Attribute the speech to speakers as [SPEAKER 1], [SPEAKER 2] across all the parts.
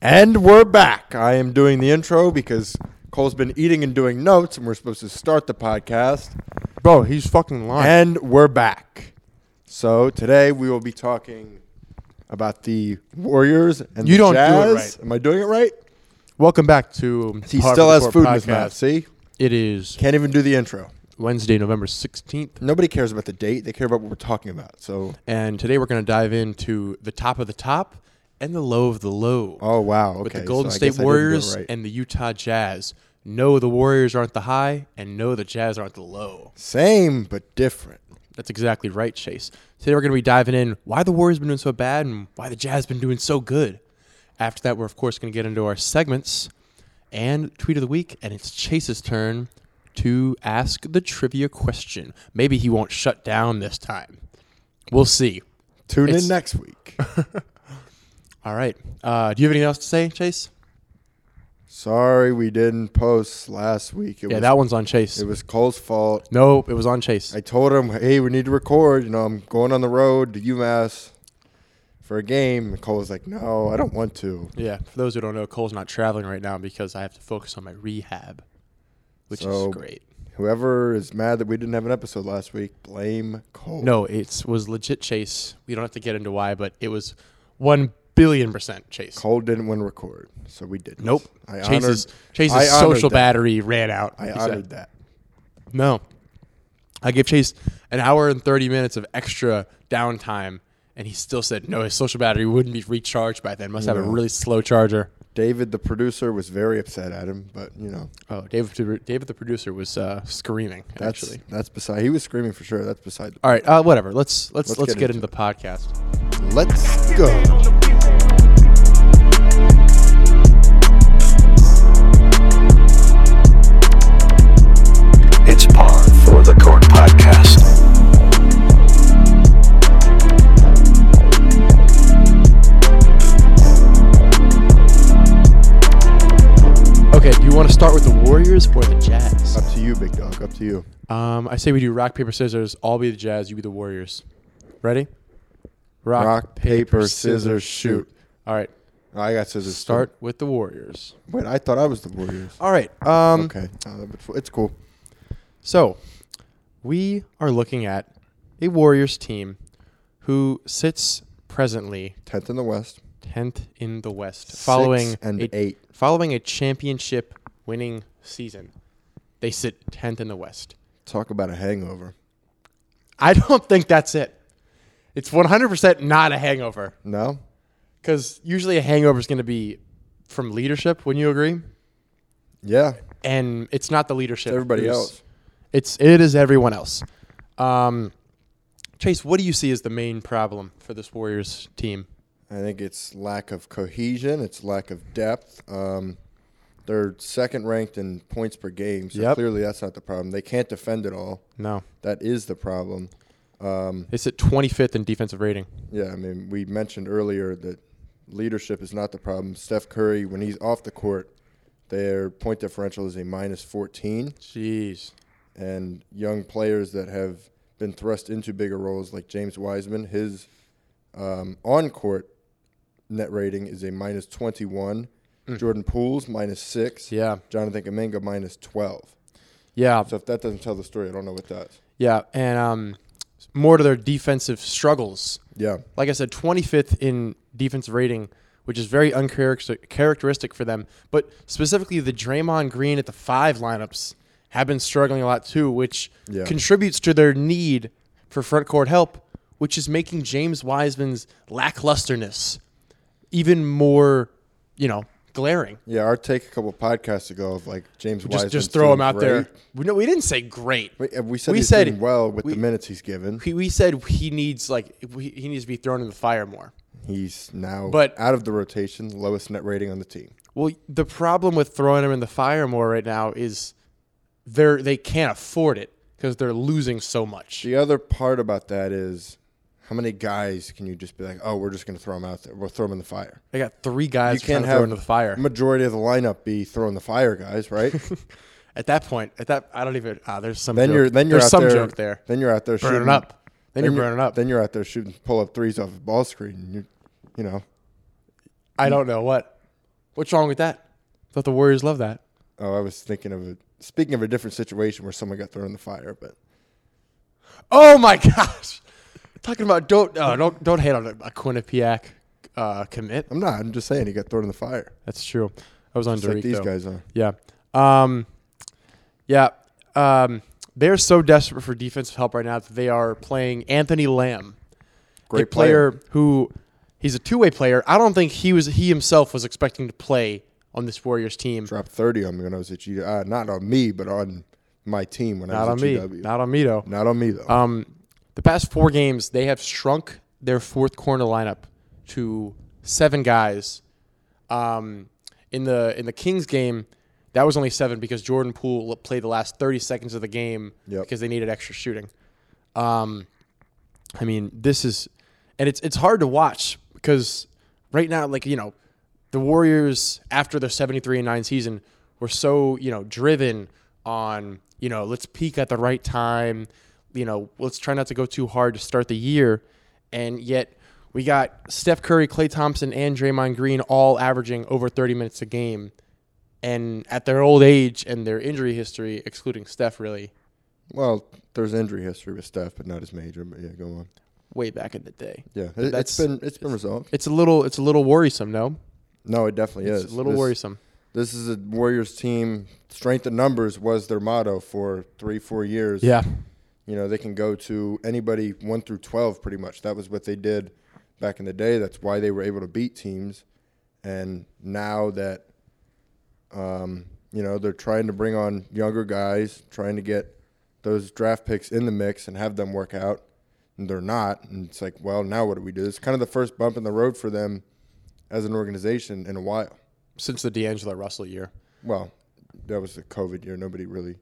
[SPEAKER 1] And we're back. I am doing the intro because Cole's been eating and doing notes, and we're supposed to start the podcast.
[SPEAKER 2] Bro, he's fucking lying.
[SPEAKER 1] And we're back. So today we will be talking about the Warriors and
[SPEAKER 2] You
[SPEAKER 1] the
[SPEAKER 2] don't do it
[SPEAKER 1] Jazz.
[SPEAKER 2] right.
[SPEAKER 1] Am I doing it right?
[SPEAKER 2] Welcome back to.
[SPEAKER 1] He
[SPEAKER 2] Harvard
[SPEAKER 1] still has
[SPEAKER 2] Report
[SPEAKER 1] food in his
[SPEAKER 2] podcast.
[SPEAKER 1] mouth. See,
[SPEAKER 2] It is
[SPEAKER 1] can't even do the intro.
[SPEAKER 2] Wednesday, November sixteenth,
[SPEAKER 1] Nobody cares about the date; they care about what we're talking about. So,
[SPEAKER 2] and today we're going to dive into the top of the top and the low of the low.
[SPEAKER 1] oh wow, okay.
[SPEAKER 2] with the
[SPEAKER 1] so
[SPEAKER 2] Golden
[SPEAKER 1] I guess I
[SPEAKER 2] State
[SPEAKER 1] didn't do it
[SPEAKER 2] Warriors
[SPEAKER 1] right.
[SPEAKER 2] and the Utah Jazz. No, the Warriors aren't the high, and no, the Jazz aren't the low.
[SPEAKER 1] same but different.
[SPEAKER 2] That's exactly right, Chase. Today we're going to be diving in why the Warriors been doing so bad and why the Jazz been doing so good. After that, we're of course going to get into our segments and tweet of the week, and it's Chase's turn to ask the trivia question. Maybe he won't shut down this time. We'll see.
[SPEAKER 1] Tune
[SPEAKER 2] It's-
[SPEAKER 1] in next week.
[SPEAKER 2] All right. Uh, do you have anything else to say, Chase?
[SPEAKER 1] Sorry, we didn't post last week. It
[SPEAKER 2] Yeah,
[SPEAKER 1] was
[SPEAKER 2] that one's on Chase.
[SPEAKER 1] it was Cole's fault.
[SPEAKER 2] No, it was on Chase.
[SPEAKER 1] I told him, hey, we need to record. You know, I'm going on the road to UMass for a game. And Cole was like, no, I don't want to.
[SPEAKER 2] Yeah, for those who don't know, Cole's not traveling right now because I have to focus on my rehab, which
[SPEAKER 1] So-
[SPEAKER 2] is great.
[SPEAKER 1] Whoever is mad that we didn't have an episode last week, blame Cole.
[SPEAKER 2] No, it was legit Chase. We don't have to get into why, but it was one billion percent Chase.
[SPEAKER 1] Cole didn't want to record, so we didn't.
[SPEAKER 2] Nope.
[SPEAKER 1] I honored,
[SPEAKER 2] Chase's, Chase's
[SPEAKER 1] I honored
[SPEAKER 2] social
[SPEAKER 1] that.
[SPEAKER 2] battery ran out.
[SPEAKER 1] I
[SPEAKER 2] He said-
[SPEAKER 1] honored that.
[SPEAKER 2] No. I gave Chase an hour and 30 minutes of extra downtime, and he still said no, his social battery wouldn't be recharged by then. Must have a
[SPEAKER 1] No.
[SPEAKER 2] really slow charger.
[SPEAKER 1] David, the producer, was very upset at him, but, you know,
[SPEAKER 2] Oh, David, David the producer was uh, screaming,
[SPEAKER 1] that's,
[SPEAKER 2] actually.
[SPEAKER 1] that's beside. He was screaming for sure. That's beside.
[SPEAKER 2] All right, uh, whatever. Let's let's let's,
[SPEAKER 1] Let's
[SPEAKER 2] get,
[SPEAKER 1] get
[SPEAKER 2] into,
[SPEAKER 1] into
[SPEAKER 2] the podcast.
[SPEAKER 1] Let's go.
[SPEAKER 3] It's Par for the Court podcast.
[SPEAKER 2] Okay, do you want to start with the Warriors or the Jazz?
[SPEAKER 1] Up to you, big dog. Up to you.
[SPEAKER 2] Um, I say we do rock paper scissors. I'll be the Jazz. You be the Warriors. Ready?
[SPEAKER 1] Rock, paper, scissors, shoot.
[SPEAKER 2] All right,
[SPEAKER 1] I got scissors. too.
[SPEAKER 2] start with the Warriors.
[SPEAKER 1] Wait, I thought I was the Warriors.
[SPEAKER 2] All right. Um,
[SPEAKER 1] Okay. Uh, but it's cool.
[SPEAKER 2] So, we are looking at a Warriors team who sits presently
[SPEAKER 1] 10th in the West.
[SPEAKER 2] 10th in the West, following
[SPEAKER 1] Six and
[SPEAKER 2] a,
[SPEAKER 1] eight.
[SPEAKER 2] following a championship winning season. They sit 10th in the West.
[SPEAKER 1] Talk about a hangover.
[SPEAKER 2] I don't think that's it. It's 100% not a hangover
[SPEAKER 1] No?
[SPEAKER 2] cuz usually a hangover is going to be from leadership, wouldn't you agree?
[SPEAKER 1] Yeah.
[SPEAKER 2] And it's not the leadership.
[SPEAKER 1] Everybody
[SPEAKER 2] who's-
[SPEAKER 1] else.
[SPEAKER 2] It's it is everyone else. Um Chase, what do you see as the main problem for this Warriors team?
[SPEAKER 1] I think it's lack of cohesion. It's lack of depth. Um, they're second ranked in points per game, so
[SPEAKER 2] Yep.
[SPEAKER 1] clearly that's not the problem. They can't defend at all.
[SPEAKER 2] No.
[SPEAKER 1] That is the problem. Um,
[SPEAKER 2] They sit 25th in defensive rating.
[SPEAKER 1] yeah, I mean, we mentioned earlier that leadership is not the problem. Steph Curry, when he's off the court, their point differential is a minus 14.
[SPEAKER 2] Jeez.
[SPEAKER 1] and young players that have been thrust into bigger roles, like James Wiseman. His um, on court net rating is a minus 21. Jordan Poole's minus six.
[SPEAKER 2] Hmm. Yeah.
[SPEAKER 1] Jonathan Kaminga minus 12.
[SPEAKER 2] Yeah.
[SPEAKER 1] So if that doesn't tell the story, I don't know what does.
[SPEAKER 2] Yeah, and um more to their defensive struggles.
[SPEAKER 1] Yeah.
[SPEAKER 2] like I said, 25th in defensive rating, which is very uncharacteristic characteristic for them. But specifically, the Draymond Green at the five lineups have been struggling a lot too, which
[SPEAKER 1] Yeah.
[SPEAKER 2] contributes to their need for front court help, which is making James Wiseman's lacklusterness even more, you know, glaring.
[SPEAKER 1] Yeah, our take a couple podcasts ago of like James
[SPEAKER 2] Just
[SPEAKER 1] Wiseman.
[SPEAKER 2] just throw him out there. We, no, we didn't say great.
[SPEAKER 1] there. We said
[SPEAKER 2] We
[SPEAKER 1] he's
[SPEAKER 2] said-
[SPEAKER 1] doing well with
[SPEAKER 2] we-
[SPEAKER 1] the minutes he's given.
[SPEAKER 2] We, we said he needs like we- he needs to be thrown in the fire more.
[SPEAKER 1] He's now
[SPEAKER 2] But-
[SPEAKER 1] out of the rotation, lowest net rating on the team.
[SPEAKER 2] Well, the problem with throwing them in the fire more right now is they're they can't afford it because they're losing so much.
[SPEAKER 1] The other part about that is how many guys can you just be like, oh, we're just going to throw them out there. We'll throw them in the fire.
[SPEAKER 2] They got three guys
[SPEAKER 1] You can't
[SPEAKER 2] trying to throw
[SPEAKER 1] have
[SPEAKER 2] into the fire.
[SPEAKER 1] majority of the lineup be throwing the fire guys, right?
[SPEAKER 2] at that point, at that I don't even ah, there's some
[SPEAKER 1] then
[SPEAKER 2] joke.
[SPEAKER 1] you're then you're
[SPEAKER 2] there's
[SPEAKER 1] out
[SPEAKER 2] some
[SPEAKER 1] there,
[SPEAKER 2] joke there.
[SPEAKER 1] Then you're out there
[SPEAKER 2] Burning
[SPEAKER 1] shooting
[SPEAKER 2] up. Then, you're burning up.
[SPEAKER 1] Then you're out there shooting pull up threes off the ball screen. And you, you know,
[SPEAKER 2] I don't know what. What's wrong with that? Thought the Warriors love that.
[SPEAKER 1] Oh, I was thinking of a speaking of a different situation where someone got thrown in the fire, but
[SPEAKER 2] Oh my gosh! Talking about don't uh, don't don't hate on a, a Quinnipiac uh, commit.
[SPEAKER 1] I'm not. I'm just saying he got thrown in the fire.
[SPEAKER 2] That's true. I was on
[SPEAKER 1] Just like
[SPEAKER 2] Derek
[SPEAKER 1] these
[SPEAKER 2] though.
[SPEAKER 1] guys are.
[SPEAKER 2] Yeah. Um, yeah. Um, they're so desperate for defensive help right now that they are playing Anthony Lamb, a
[SPEAKER 1] Great
[SPEAKER 2] player, who he's a two-way player. I don't think he was he himself was expecting to play on this Warriors team.
[SPEAKER 1] Dropped 30 on me when I was at GW. Uh, not on me, but on my team when I
[SPEAKER 2] Not on
[SPEAKER 1] was
[SPEAKER 2] me.
[SPEAKER 1] at GW.
[SPEAKER 2] Not on me though.
[SPEAKER 1] Not on me though.
[SPEAKER 2] Um, the past four games, they have shrunk their fourth corner lineup to seven guys. Um, in the in the Kings game, that was only seven because Jordan Poole played the last thirty seconds of the game
[SPEAKER 1] Yep.
[SPEAKER 2] because they needed extra shooting. Um, I mean, this is, and it's it's hard to watch because right now, like you know, the Warriors after their seventy three and nine season were so you know driven on you know let's peak at the right time, you know let's try not to go too hard to start the year, and yet we got Steph Curry, Clay Thompson, and Draymond Green all averaging over thirty minutes a game, and at their old age and their injury history, excluding Steph, really
[SPEAKER 1] well, there's injury history with Steph, but not as major. But yeah, go on.
[SPEAKER 2] way back in the day.
[SPEAKER 1] Yeah, it,
[SPEAKER 2] that's-
[SPEAKER 1] has been it's been resolved.
[SPEAKER 2] It's a little it's a little worrisome, no?
[SPEAKER 1] No, it definitely
[SPEAKER 2] It's
[SPEAKER 1] is.
[SPEAKER 2] a little
[SPEAKER 1] this,
[SPEAKER 2] worrisome.
[SPEAKER 1] This is a Warriors team. Strength in numbers was their motto for three, four years. you know they can go to anybody 1 through 12 pretty much that was what they did back in the day that's why they were able to beat teams and now that um, you know they're trying to bring on younger guys trying to get those draft picks in the mix and have them work out and they're not and it's like well now what do we do it's kind of the first bump in the road for them as an organization in a while
[SPEAKER 2] Since the D'Angelo Russell year.
[SPEAKER 1] well that was the covid year nobody really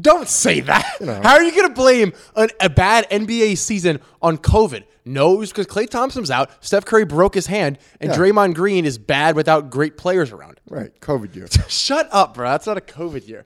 [SPEAKER 2] Don't say that. How are you going to blame an, a bad NBA season on COVID? No, it was because Clay Thompson's out, Steph Curry broke his hand, and
[SPEAKER 1] Yeah.
[SPEAKER 2] Draymond Green is bad without great players around.
[SPEAKER 1] right covid year
[SPEAKER 2] Shut up, bro. That's not a COVID year.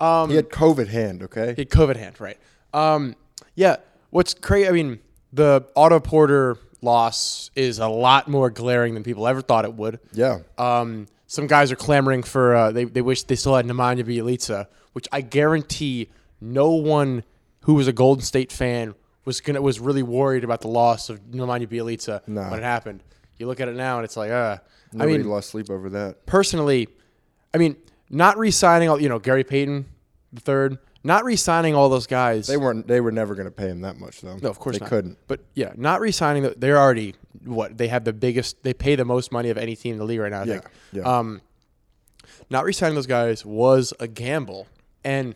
[SPEAKER 2] Um,
[SPEAKER 1] he had covid hand okay
[SPEAKER 2] He had COVID hand, right? Um, yeah. What's crazy? I mean, the Auto Porter loss is a lot more glaring than people ever thought it would.
[SPEAKER 1] yeah
[SPEAKER 2] Um, some guys are clamoring for uh, they they wish they still had Nemanja Bjelica, which I guarantee no one who was a Golden State fan was gonna was really worried about the loss of Nemanja Bjelica
[SPEAKER 1] No.
[SPEAKER 2] when it happened. You look at it now and it's like, uh, I
[SPEAKER 1] Nobody
[SPEAKER 2] mean,
[SPEAKER 1] lost sleep over that.
[SPEAKER 2] personally, I mean, not re-signing all you know Gary Payton the third, not re-signing all those guys.
[SPEAKER 1] They weren't. They were never going to pay him that much, though.
[SPEAKER 2] No, of course
[SPEAKER 1] they
[SPEAKER 2] not.
[SPEAKER 1] couldn't.
[SPEAKER 2] But yeah, not re-signing. the- They're already what they have the biggest. They pay the most money of any team in the league right now. I think.
[SPEAKER 1] yeah.
[SPEAKER 2] Um, not re-signing those guys was a gamble, and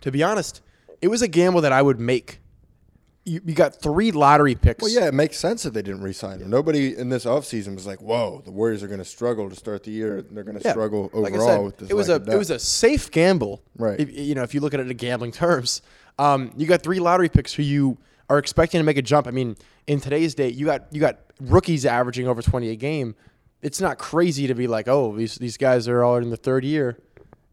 [SPEAKER 2] to be honest, it was a gamble that I would make. You, you got three lottery picks.
[SPEAKER 1] Well, yeah, it makes sense that they didn't re-sign him. Nobody in this offseason was like, "Whoa, the Warriors are going to struggle to start the year. They're going to
[SPEAKER 2] Yeah.
[SPEAKER 1] struggle overall."
[SPEAKER 2] Like I said,
[SPEAKER 1] with this
[SPEAKER 2] it was
[SPEAKER 1] lack
[SPEAKER 2] a
[SPEAKER 1] of depth."
[SPEAKER 2] it was a safe gamble,
[SPEAKER 1] Right.
[SPEAKER 2] If, you know, if you look at it in gambling terms, um, you got three lottery picks who you are expecting to make a jump. I mean, in today's day, you got you got rookies averaging over twenty a game. It's not crazy to be like, oh, these these guys are all in the third year.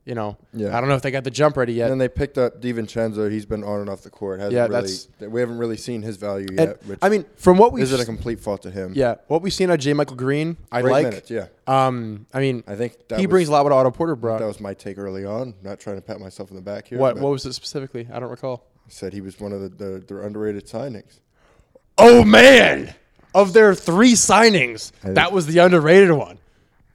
[SPEAKER 2] You know,
[SPEAKER 1] Yeah.
[SPEAKER 2] I don't know if they got the jump ready
[SPEAKER 1] And
[SPEAKER 2] yet.
[SPEAKER 1] then they picked up Divincenzo. He's been on and off the court. Hasn't
[SPEAKER 2] Yeah,
[SPEAKER 1] really,
[SPEAKER 2] that's-
[SPEAKER 1] we haven't really seen his value
[SPEAKER 2] And,
[SPEAKER 1] yet. Which
[SPEAKER 2] I mean, from what we've
[SPEAKER 1] is it a
[SPEAKER 2] s-
[SPEAKER 1] complete fault to him?
[SPEAKER 2] yeah, what we've seen out of J. Michael Green, I
[SPEAKER 1] Great
[SPEAKER 2] like.
[SPEAKER 1] minutes, yeah.
[SPEAKER 2] Um, I mean,
[SPEAKER 1] I think that
[SPEAKER 2] he
[SPEAKER 1] was-
[SPEAKER 2] brings a lot what Otto Porter brought.
[SPEAKER 1] That was my take early on. Not trying to pat myself in the back here.
[SPEAKER 2] what
[SPEAKER 1] but
[SPEAKER 2] what was it specifically? I don't recall.
[SPEAKER 1] said he was one of the, the their underrated signings.
[SPEAKER 2] Oh man! Of their three signings, that was the underrated one.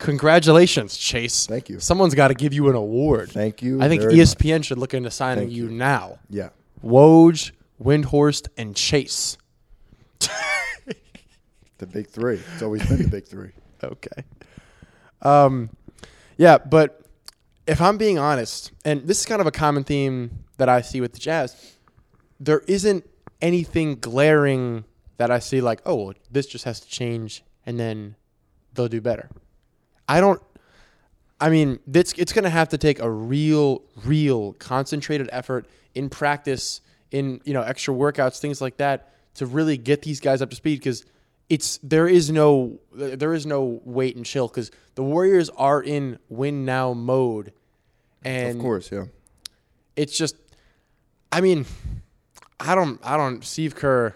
[SPEAKER 2] Congratulations, Chase.
[SPEAKER 1] Thank you.
[SPEAKER 2] Someone's got to give you an award.
[SPEAKER 1] Thank you
[SPEAKER 2] I think E
[SPEAKER 1] very
[SPEAKER 2] ESPN should look into signing you, now.
[SPEAKER 1] Yeah,
[SPEAKER 2] Woj, Windhorst, and Chase.
[SPEAKER 1] the big three. It's always been the big three.
[SPEAKER 2] Okay. Um, yeah, but if I'm being honest, and this is kind of a common theme that I see with the Jazz, there isn't anything glaring that I see like, oh, well, this just has to change, and then they'll do better. I don't. I mean, it's it's gonna have to take a real, real concentrated effort in practice, in you know extra workouts, things like that, to really get these guys up to speed. Because it's there is no there is no wait and chill. Because the Warriors are in win now mode, and
[SPEAKER 1] Of course, yeah.
[SPEAKER 2] it's just I mean I don't I don't Steve Kerr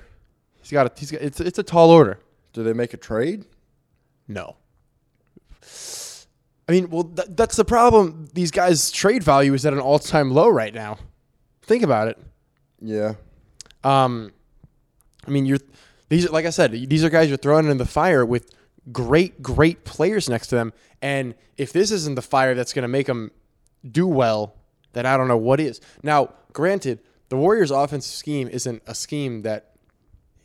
[SPEAKER 2] he's got a he's got, it's it's a tall order.
[SPEAKER 1] Do they make a trade?
[SPEAKER 2] No. I mean, well, th- that's the problem. These guys' trade value is at an all-time low right now. Think about it.
[SPEAKER 1] Yeah.
[SPEAKER 2] Um, I mean, you're these are like I said, these are guys you're throwing in the fire with great, great players next to them. And if this isn't the fire that's going to make them do well, then I don't know what is. Now, granted, the Warriors' offensive scheme isn't a scheme that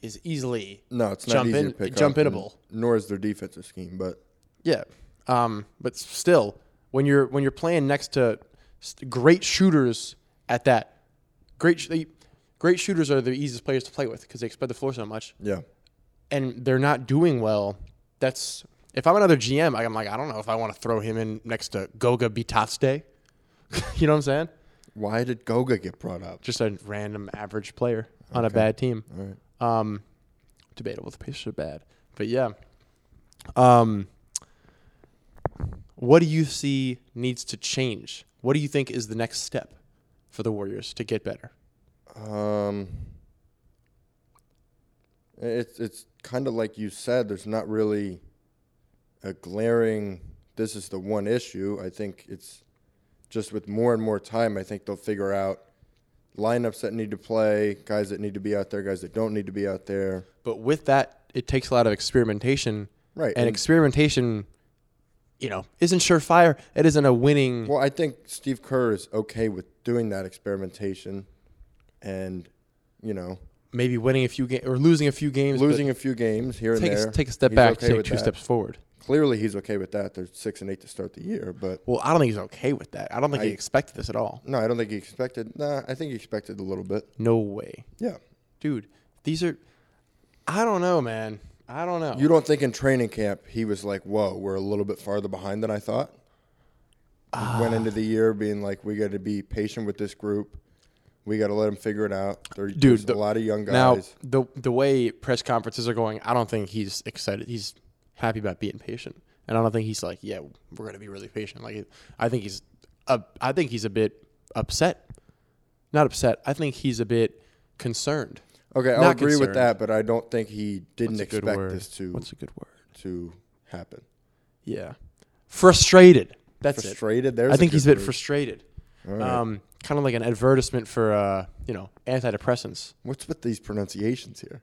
[SPEAKER 2] is easily
[SPEAKER 1] No, it's not
[SPEAKER 2] jump
[SPEAKER 1] easy
[SPEAKER 2] in,
[SPEAKER 1] to pick
[SPEAKER 2] jump
[SPEAKER 1] up, and
[SPEAKER 2] innable.
[SPEAKER 1] Nor is their defensive scheme, but
[SPEAKER 2] Yeah. Um, but still, when you're when you're playing next to s- great shooters at that, great sh- they, great shooters are the easiest players to play with because they spread the floor so much,
[SPEAKER 1] yeah.
[SPEAKER 2] and they're not doing well. That's if I'm another GM, I'm like I don't know if I want to throw him in next to Goga Bitadze. you know what I'm saying?
[SPEAKER 1] Why did Goga get brought up?
[SPEAKER 2] Just a random average player on a bad team. Um, debatable if the Pacers are bad, but yeah. Um, what do you see needs to change? What do you think is the next step for the Warriors to get better?
[SPEAKER 1] Um, it's it's kind of like you said. There's not really a glaring. This is the one issue. I think it's just with more and more time. I think they'll figure out lineups that need to play, guys that need to be out there, guys that don't need to be out there.
[SPEAKER 2] But with that, it takes a lot of experimentation,
[SPEAKER 1] Right.
[SPEAKER 2] and
[SPEAKER 1] and-
[SPEAKER 2] experimentation, you know, isn't surefire. It isn't a winning.
[SPEAKER 1] Well, I think Steve Kerr is okay with doing that experimentation, and you know,
[SPEAKER 2] maybe winning a few games or losing a few games, but
[SPEAKER 1] losing a few games here
[SPEAKER 2] Take
[SPEAKER 1] and there.
[SPEAKER 2] a, take a step
[SPEAKER 1] he's
[SPEAKER 2] back,
[SPEAKER 1] okay
[SPEAKER 2] to take
[SPEAKER 1] with
[SPEAKER 2] two
[SPEAKER 1] that.
[SPEAKER 2] steps forward.
[SPEAKER 1] Clearly, he's okay with that. They're six and eight to start the year, but
[SPEAKER 2] Well, I don't think he's okay with that. I don't think he
[SPEAKER 1] I-
[SPEAKER 2] expected this at all.
[SPEAKER 1] No, I don't think he expected. Nah, I think he expected a little bit.
[SPEAKER 2] No way.
[SPEAKER 1] Yeah.
[SPEAKER 2] Dude, these are I don't know, man. I don't know.
[SPEAKER 1] You don't think in training camp he was like, "Whoa, we're a little bit farther behind than I thought." He Went
[SPEAKER 2] Ah.
[SPEAKER 1] into the year being like, "We got to be patient with this group. We got to let them figure it out." There, there's a
[SPEAKER 2] the-
[SPEAKER 1] lot of young
[SPEAKER 2] now
[SPEAKER 1] guys.
[SPEAKER 2] the the way press conferences are going, I don't think he's excited. He's happy about being patient. And I don't think he's like, yeah, we're going to be really patient. Like I think he's uh, I think he's a bit upset. Not upset. I think he's a bit concerned.
[SPEAKER 1] okay, I'll
[SPEAKER 2] not
[SPEAKER 1] agree with
[SPEAKER 2] concerned.
[SPEAKER 1] that, but I don't think he didn't
[SPEAKER 2] What's a good
[SPEAKER 1] expect
[SPEAKER 2] word?
[SPEAKER 1] this to
[SPEAKER 2] What's a good word?
[SPEAKER 1] to happen.
[SPEAKER 2] Yeah. Frustrated. That's it.
[SPEAKER 1] Frustrated. There's.
[SPEAKER 2] I think
[SPEAKER 1] good
[SPEAKER 2] he's a bit
[SPEAKER 1] word.
[SPEAKER 2] frustrated. Um, kind of like an advertisement for uh, you know antidepressants.
[SPEAKER 1] What's with these pronunciations here?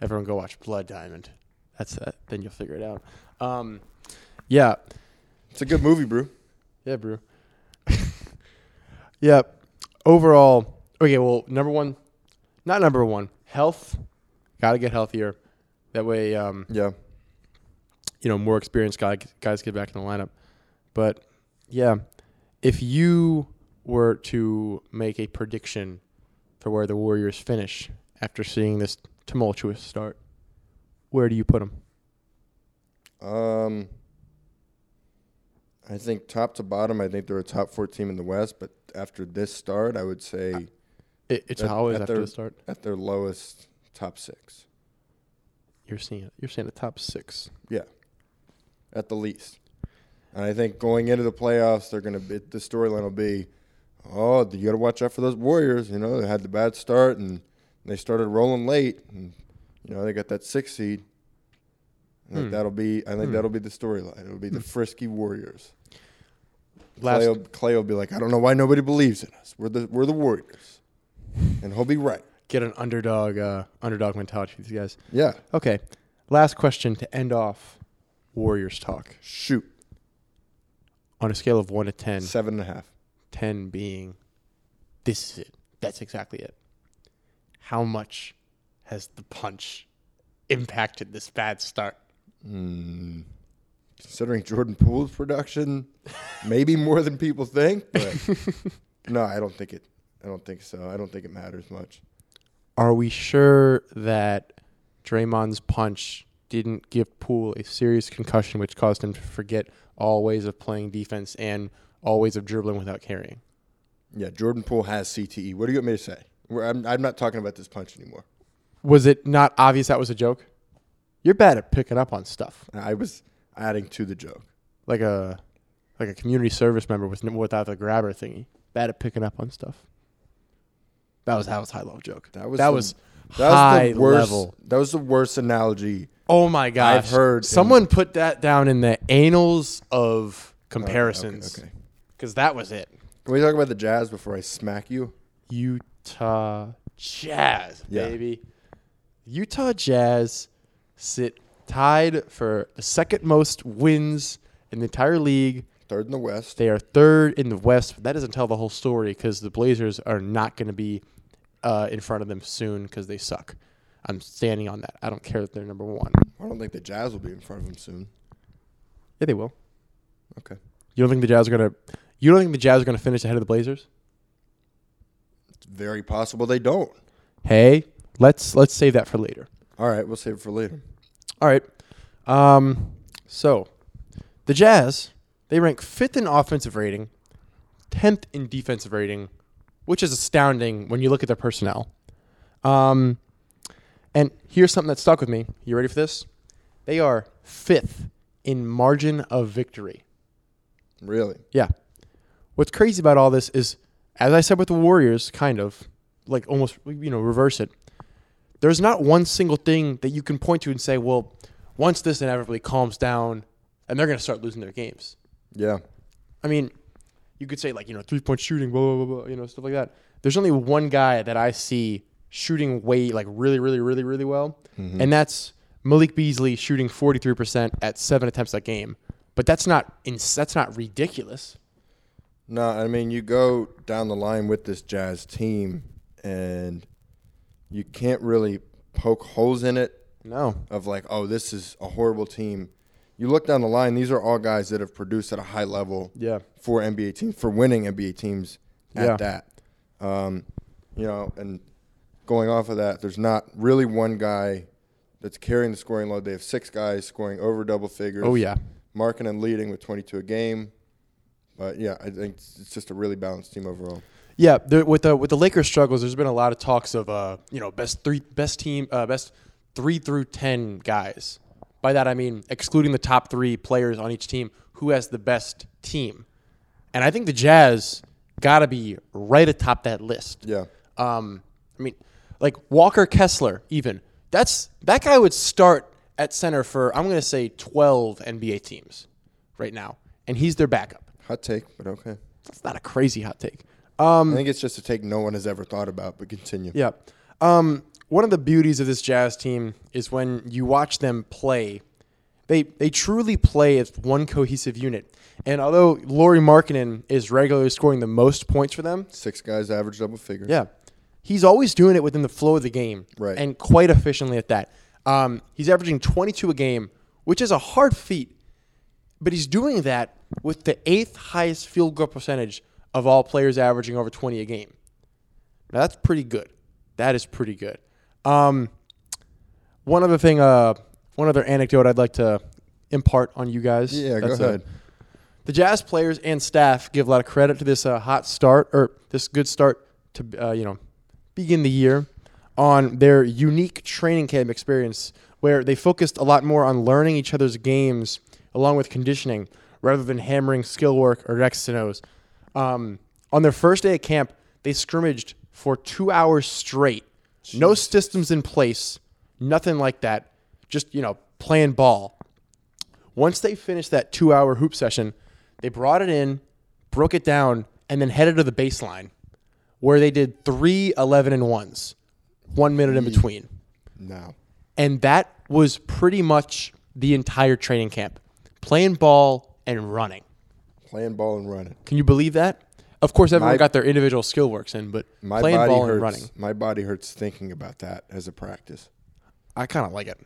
[SPEAKER 2] Everyone go watch Blood Diamond. That's that. Then you'll figure it out. Um, yeah,
[SPEAKER 1] It's a good movie, bro.
[SPEAKER 2] yeah, bro. yeah. Overall, okay. Well, number one, not number one. Health. Got to get healthier. That way, um,
[SPEAKER 1] Yeah.
[SPEAKER 2] you know, more experienced guy, guys get back in the lineup. But yeah, if you were to make a prediction for where the Warriors finish after seeing this tumultuous start, where do you put them?
[SPEAKER 1] Um, I think top to bottom, I think they're a top four team in the West. But after this start, I would say
[SPEAKER 2] It, it's
[SPEAKER 1] At-
[SPEAKER 2] always
[SPEAKER 1] at
[SPEAKER 2] after
[SPEAKER 1] their-
[SPEAKER 2] the start.
[SPEAKER 1] at their lowest, top six.
[SPEAKER 2] You're seeing it. You're seeing the top six.
[SPEAKER 1] Yeah, at the least. And I think going into the playoffs, they're gonna be, the storyline will be, oh, you got to watch out for those Warriors. You know, they had the bad start and they started rolling late, and you know they got that six seed. I think
[SPEAKER 2] Hmm.
[SPEAKER 1] that'll be. I think
[SPEAKER 2] Hmm.
[SPEAKER 1] that'll be the storyline. It'll be the frisky Warriors.
[SPEAKER 2] Last,
[SPEAKER 1] Clay will, Clay will be like, I don't know why nobody believes in us. We're the we're the Warriors, and he'll be right.
[SPEAKER 2] get an underdog, uh, underdog mentality for these guys.
[SPEAKER 1] Yeah,
[SPEAKER 2] Okay, last question to end off Warriors talk.
[SPEAKER 1] shoot,
[SPEAKER 2] On a scale of one to ten,
[SPEAKER 1] seven and a half.
[SPEAKER 2] 10 being this is it. That's exactly it. How much has the punch impacted this bad start?
[SPEAKER 1] Hmm. Considering Jordan Poole's production, maybe more than people think. But no, I don't think it. I don't think so. I don't think it matters much.
[SPEAKER 2] Are we sure that Draymond's punch didn't give Poole a serious concussion, which caused him to forget all ways of playing defense and all ways of dribbling without carrying?
[SPEAKER 1] Yeah, Jordan Poole has CTE. What do you want me to say? We're, I'm, I'm not talking about this punch anymore.
[SPEAKER 2] Was it not obvious that was a joke? You're bad at picking up on stuff,
[SPEAKER 1] I was adding to the joke.
[SPEAKER 2] like a like a community service member with without the grabber thingy. Bad at picking up on stuff. That was that was high level joke.
[SPEAKER 1] That was
[SPEAKER 2] that
[SPEAKER 1] the-
[SPEAKER 2] was
[SPEAKER 1] That was
[SPEAKER 2] high
[SPEAKER 1] the worst.
[SPEAKER 2] level.
[SPEAKER 1] That was the worst analogy.
[SPEAKER 2] Oh my gosh.
[SPEAKER 1] heard in-
[SPEAKER 2] someone put that down in the annals of comparisons.
[SPEAKER 1] okay.
[SPEAKER 2] Cuz that was it.
[SPEAKER 1] Can we talk about the Jazz before I smack you?
[SPEAKER 2] Utah Jazz,
[SPEAKER 1] Yeah.
[SPEAKER 2] baby. Utah Jazz sit tied for the second most wins in the entire league.
[SPEAKER 1] Third in the West.
[SPEAKER 2] They are third in the West. But that doesn't tell the whole story because the Blazers are not going to be uh, in front of them soon because they suck. I'm standing on that. I don't care that they're number one.
[SPEAKER 1] I don't think the Jazz will be in front of them soon.
[SPEAKER 2] Yeah, they will.
[SPEAKER 1] Okay.
[SPEAKER 2] You don't think the Jazz are going to? You don't think the Jazz are going to finish ahead of the Blazers?
[SPEAKER 1] It's very possible they don't.
[SPEAKER 2] Hey, let's let's save that for later.
[SPEAKER 1] All right, we'll save it for later.
[SPEAKER 2] All right. Um, so the Jazz, they rank fifth in offensive rating, tenth in defensive rating, which is astounding when you look at their personnel. Um, and here's something that stuck with me. You ready for this? They are fifth in margin of victory.
[SPEAKER 1] Really?
[SPEAKER 2] Yeah. What's crazy about all this is, as I said with the Warriors, kind of, like almost, you know, reverse it. There's not one single thing that you can point to and say, well, once this inevitably calms down, and they're going to start losing their games.
[SPEAKER 1] Yeah.
[SPEAKER 2] I mean, you could say, like, you know, three point shooting, blah, blah, blah, blah, you know, stuff like that. There's only one guy that I see shooting way, like, really, really, really, really well, and that's Malik Beasley shooting 43% at seven attempts a game. But that's not ins- that's not ridiculous.
[SPEAKER 1] No, I mean you go down the line with this Jazz team, and you can't really poke holes in it
[SPEAKER 2] No.
[SPEAKER 1] of like, oh, this is a horrible team. You look down the line; these are all guys that have produced at a high level
[SPEAKER 2] Yeah.
[SPEAKER 1] for NBA teams, for winning NBA teams at
[SPEAKER 2] Yeah.
[SPEAKER 1] that. Um, you know, and going off of that, there's not really one guy that's carrying the scoring load. They have six guys scoring over double figures.
[SPEAKER 2] Oh yeah.
[SPEAKER 1] marking and leading with 22 a game. But yeah, I think it's it's just a really balanced team overall.
[SPEAKER 2] Yeah. There, with the with the Lakers struggles, there's been a lot of talks of uh you know best three best team uh, best three through ten guys. By that I mean excluding the top three players on each team who has the best team, and I think the Jazz got to be right atop that list.
[SPEAKER 1] Yeah.
[SPEAKER 2] Um, I mean, like Walker Kessler, even that's that guy would start at center for I'm going to say 12 NBA teams right now, and he's their backup.
[SPEAKER 1] Hot take, but okay.
[SPEAKER 2] That's not a crazy hot take. Um,
[SPEAKER 1] I think it's just a take no one has ever thought about, but continue.
[SPEAKER 2] yeah. Um, one of the beauties of this Jazz team is when you watch them play, they they truly play as one cohesive unit. And although Laurie Markkinen is regularly scoring the most points for them,
[SPEAKER 1] Six guys average double figures.
[SPEAKER 2] yeah, he's always doing it within the flow of the game,
[SPEAKER 1] Right.
[SPEAKER 2] And quite efficiently at that. Um, he's averaging 22 a game, which is a hard feat, but he's doing that with the eighth highest field goal percentage of all players averaging over 20 a game. Now that's pretty good. That is pretty good. Um, one other thing, uh, one other anecdote I'd like to impart on you guys.
[SPEAKER 1] Yeah, go
[SPEAKER 2] That's, uh,
[SPEAKER 1] ahead.
[SPEAKER 2] the Jazz players and staff give a lot of credit to this uh, hot start or this good start to uh, you know begin the year on their unique training camp experience, where they focused a lot more on learning each other's games along with conditioning rather than hammering skill work or X and O's. Um, on their first day at camp, they scrimmaged for two hours straight, no systems in place, nothing like that, just you know playing ball. Once they finished that two hour hoop session, they brought it in, broke it down, and then headed to the baseline where they did three 11 and ones, one minute in between.
[SPEAKER 1] No.
[SPEAKER 2] And that was pretty much the entire training camp playing ball and running.
[SPEAKER 1] Playing ball and running.
[SPEAKER 2] Can you believe that? Of course, everyone
[SPEAKER 1] My-
[SPEAKER 2] got their individual skill works in, but
[SPEAKER 1] My
[SPEAKER 2] playing
[SPEAKER 1] body
[SPEAKER 2] ball
[SPEAKER 1] hurts.
[SPEAKER 2] and running,
[SPEAKER 1] My body hurts thinking about that as a practice.
[SPEAKER 2] I kind of like it.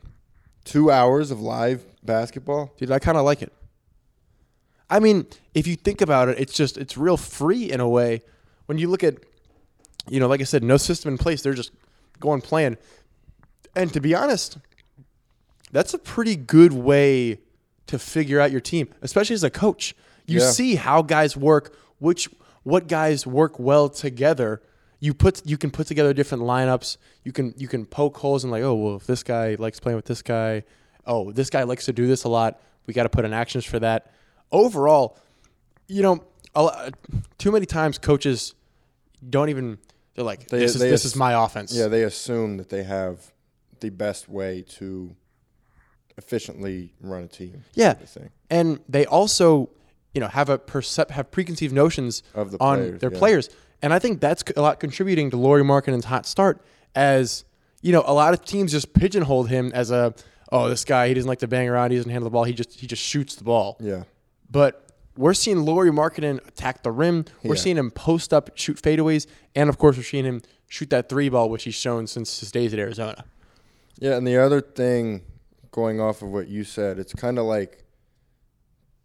[SPEAKER 1] Two hours of live basketball.
[SPEAKER 2] Dude, I kind of like it. I mean, if you think about it, it's just it's real free in a way. When you look at, you know, like I said, no system in place, they're just going playing. And to be honest, that's a pretty good way to figure out your team, especially as a coach. You
[SPEAKER 1] Yeah.
[SPEAKER 2] see how guys work, which what guys work well together. You put you can put together different lineups. You can you can poke holes and like, oh well, if this guy likes playing with this guy, oh this guy likes to do this a lot. We got to put in actions for that. Overall, you know, a lo- too many times coaches don't even They're like,
[SPEAKER 1] They-
[SPEAKER 2] this, is,
[SPEAKER 1] they
[SPEAKER 2] this
[SPEAKER 1] ass-
[SPEAKER 2] is my offense.
[SPEAKER 1] Yeah, they assume that they have the best way to efficiently run a team.
[SPEAKER 2] Yeah.
[SPEAKER 1] sort of thing.
[SPEAKER 2] and they also you know have a percep- have preconceived notions
[SPEAKER 1] Of the
[SPEAKER 2] on
[SPEAKER 1] players,
[SPEAKER 2] their
[SPEAKER 1] yeah.
[SPEAKER 2] players and i think that's a lot contributing to Laurie Markkinen's hot start as you know a lot of teams just pigeonholed him as a oh this guy he doesn't like to bang around he doesn't handle the ball he just he just shoots the ball
[SPEAKER 1] Yeah.
[SPEAKER 2] but we're seeing Laurie Markkinen attack the rim. We're
[SPEAKER 1] Yeah.
[SPEAKER 2] seeing him post up, shoot fadeaways, and of course, we're seeing him shoot that three ball, which he's shown since his days at Arizona.
[SPEAKER 1] Yeah, and the other thing, going off of what you said, it's kind of like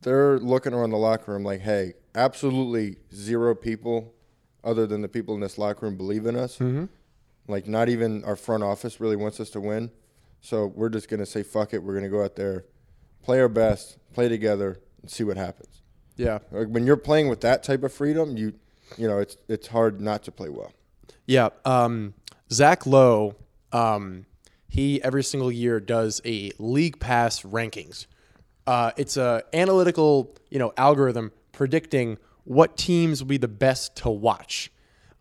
[SPEAKER 1] they're looking around the locker room like, hey, absolutely zero people other than the people in this locker room believe in us.
[SPEAKER 2] Mm-hmm.
[SPEAKER 1] Like, not even our front office really wants us to win. So we're just going to say, fuck it. We're going to go out there, play our best, play together, and see what happens.
[SPEAKER 2] Yeah,
[SPEAKER 1] Like, when you're playing with that type of freedom, you, you know, it's, it's hard not to play well.
[SPEAKER 2] Yeah. Um, Zach Lowe, um, he every single year does a league pass rankings. Uh, it's a analytical, you know, algorithm predicting what teams will be the best to watch.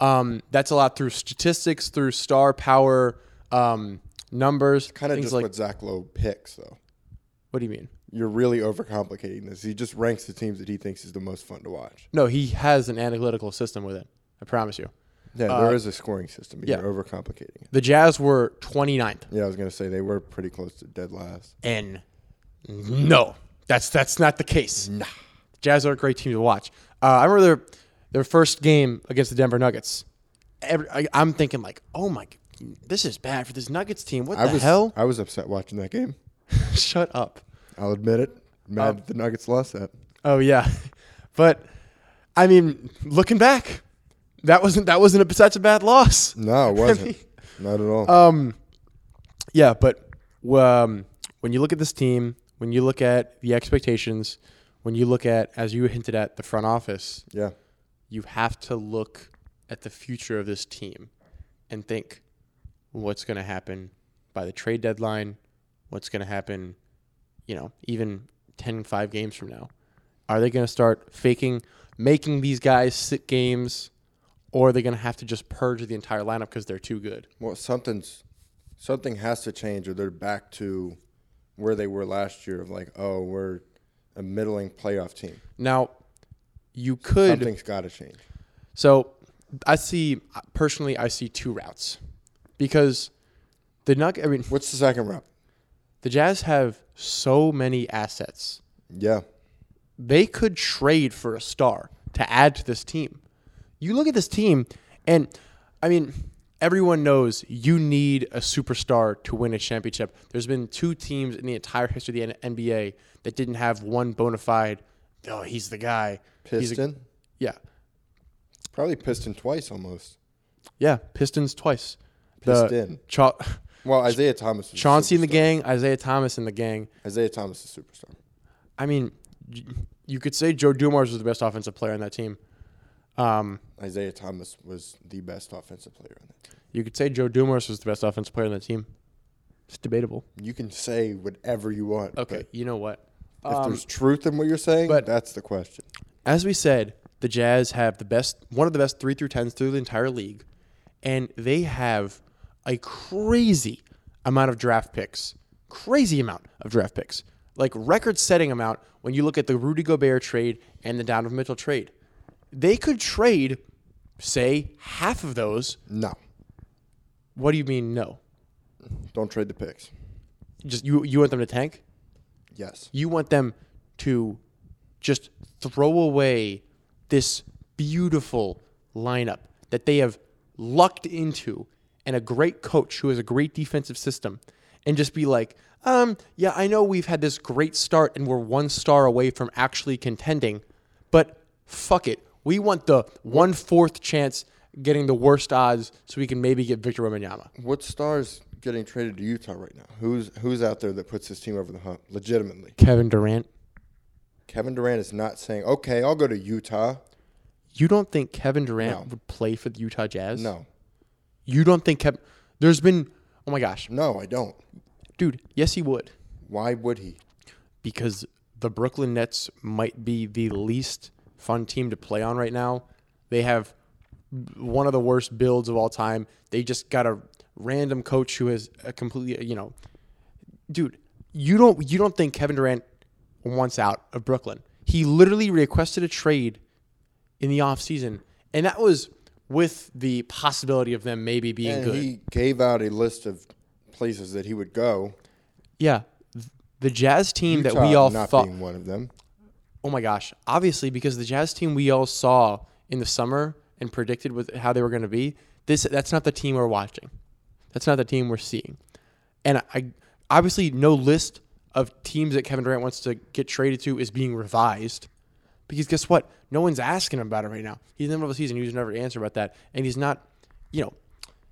[SPEAKER 2] Um, that's a lot through statistics, through star power, um, numbers,
[SPEAKER 1] Kind of
[SPEAKER 2] things
[SPEAKER 1] just
[SPEAKER 2] like.
[SPEAKER 1] what Zach Lowe picks, though.
[SPEAKER 2] what do you mean?
[SPEAKER 1] you're really overcomplicating this. He just ranks the teams that he thinks is the most fun to watch.
[SPEAKER 2] No, he has an analytical system with it. I promise you.
[SPEAKER 1] Yeah, there is a scoring system, but
[SPEAKER 2] yeah.
[SPEAKER 1] you're overcomplicating it.
[SPEAKER 2] The Jazz were 29th.
[SPEAKER 1] Yeah, I was gonna say they were pretty close to dead last.
[SPEAKER 2] And no, that's that's not the case. Nah. Jazz are a great team to watch. Uh, I remember their their first game against the Denver Nuggets. Every, I, I'm thinking like, oh my, g- this is bad for this Nuggets team. What
[SPEAKER 1] I
[SPEAKER 2] the
[SPEAKER 1] was
[SPEAKER 2] hell?
[SPEAKER 1] I was upset watching that game.
[SPEAKER 2] Shut up.
[SPEAKER 1] I'll admit it. Mad that the Nuggets lost that.
[SPEAKER 2] Oh yeah, but I mean, looking back, that wasn't that wasn't a, such a bad loss. Um,
[SPEAKER 1] No, it wasn't. Not at all.
[SPEAKER 2] Uh, Yeah, but um, when you look at this team, when you look at the expectations, when you look at, as you hinted at, the front office,
[SPEAKER 1] yeah.
[SPEAKER 2] you have to look at the future of this team and think what's going to happen by the trade deadline, what's going to happen, you know, even 10, 5 games from now. Are they going to start faking, making these guys sit games, or are they going to have to just purge the entire lineup because they're too good?
[SPEAKER 1] Well, something's something has to change, or they're back to where they were last year of like, oh, we're a middling playoff team.
[SPEAKER 2] Now, you could.
[SPEAKER 1] Something's got to change.
[SPEAKER 2] So I see personally, I see two routes because the Nug. I mean,
[SPEAKER 1] What's the second round?
[SPEAKER 2] the Jazz have so many assets.
[SPEAKER 1] Yeah,
[SPEAKER 2] They could trade for a star to add to this team. You look at this team, and I mean, everyone knows you need a superstar to win a championship. There's been two teams in the entire history of the N- NBA that didn't have one bona fide. Oh, he's the guy. He's a-"
[SPEAKER 1] Piston.
[SPEAKER 2] yeah,
[SPEAKER 1] Probably Piston twice almost.
[SPEAKER 2] yeah. Pistons twice. The
[SPEAKER 1] Piston.
[SPEAKER 2] Cha-
[SPEAKER 1] Well, Isaiah Thomas. Was a
[SPEAKER 2] Chauncey and the
[SPEAKER 1] superstar.
[SPEAKER 2] gang, Isaiah Thomas and the gang.
[SPEAKER 1] Isaiah Thomas is a superstar.
[SPEAKER 2] I mean, y- you could say Joe Dumars was the best offensive player on that team. Um,
[SPEAKER 1] Isaiah Thomas was the best offensive player on that team.
[SPEAKER 2] you could say Joe Dumars was the best offensive player on that team. It's debatable.
[SPEAKER 1] You can say whatever you want.
[SPEAKER 2] Okay, you know what?
[SPEAKER 1] but if there's truth in what you're saying,
[SPEAKER 2] but-
[SPEAKER 1] that's the question.
[SPEAKER 2] As we said, the Jazz have the best, one of the best three through tens through the entire league, and they have a crazy amount of draft picks, crazy amount of draft picks, like record-setting amount. When you look at the Rudy Gobert trade and the Donovan Mitchell trade, they could trade, say, half of those.
[SPEAKER 1] No,
[SPEAKER 2] What do you mean? No,
[SPEAKER 1] don't trade the picks.
[SPEAKER 2] just you. You want them to tank?
[SPEAKER 1] Yes.
[SPEAKER 2] You want them to just throw away this beautiful lineup that they have lucked into and a great coach who has a great defensive system and just be like, um, yeah, I know we've had this great start and we're one star away from actually contending, but fuck it. We want the one fourth chance getting the worst odds so we can maybe get Victor Wembanyama.
[SPEAKER 1] What stars getting traded to Utah right now? Who's who's out there that puts this team over the hump legitimately?
[SPEAKER 2] Kevin Durant.
[SPEAKER 1] Kevin Durant is not saying, "Okay, I'll go to Utah."
[SPEAKER 2] You don't think Kevin Durant
[SPEAKER 1] No.
[SPEAKER 2] would play for the Utah Jazz?
[SPEAKER 1] No,
[SPEAKER 2] You don't think Kevin? There's been oh my gosh,
[SPEAKER 1] no, I don't.
[SPEAKER 2] dude. Yes, he would
[SPEAKER 1] Why would he?
[SPEAKER 2] because the Brooklyn Nets might be the least fun team to play on right now. They have one of the worst builds of all time. They just got a random coach who is a completely, you know, dude. You don't you don't think Kevin Durant wants out of Brooklyn? He literally requested a trade in the offseason, and that was with the possibility of them maybe being
[SPEAKER 1] And
[SPEAKER 2] good.
[SPEAKER 1] he gave out a list of places that he would go.
[SPEAKER 2] yeah, Th- the Jazz team that
[SPEAKER 1] Utah
[SPEAKER 2] we all
[SPEAKER 1] not
[SPEAKER 2] thought
[SPEAKER 1] being one of them.
[SPEAKER 2] oh my gosh, obviously because the Jazz team we all saw in the summer and predicted with how they were going to be, this that's not the team we're watching. That's not the team we're seeing. And I obviously no list of teams that Kevin Durant wants to get traded to is being revised. Because guess what? No one's asking him about it right now. He's in the middle of the season. He was never answer about that. And he's not, you know,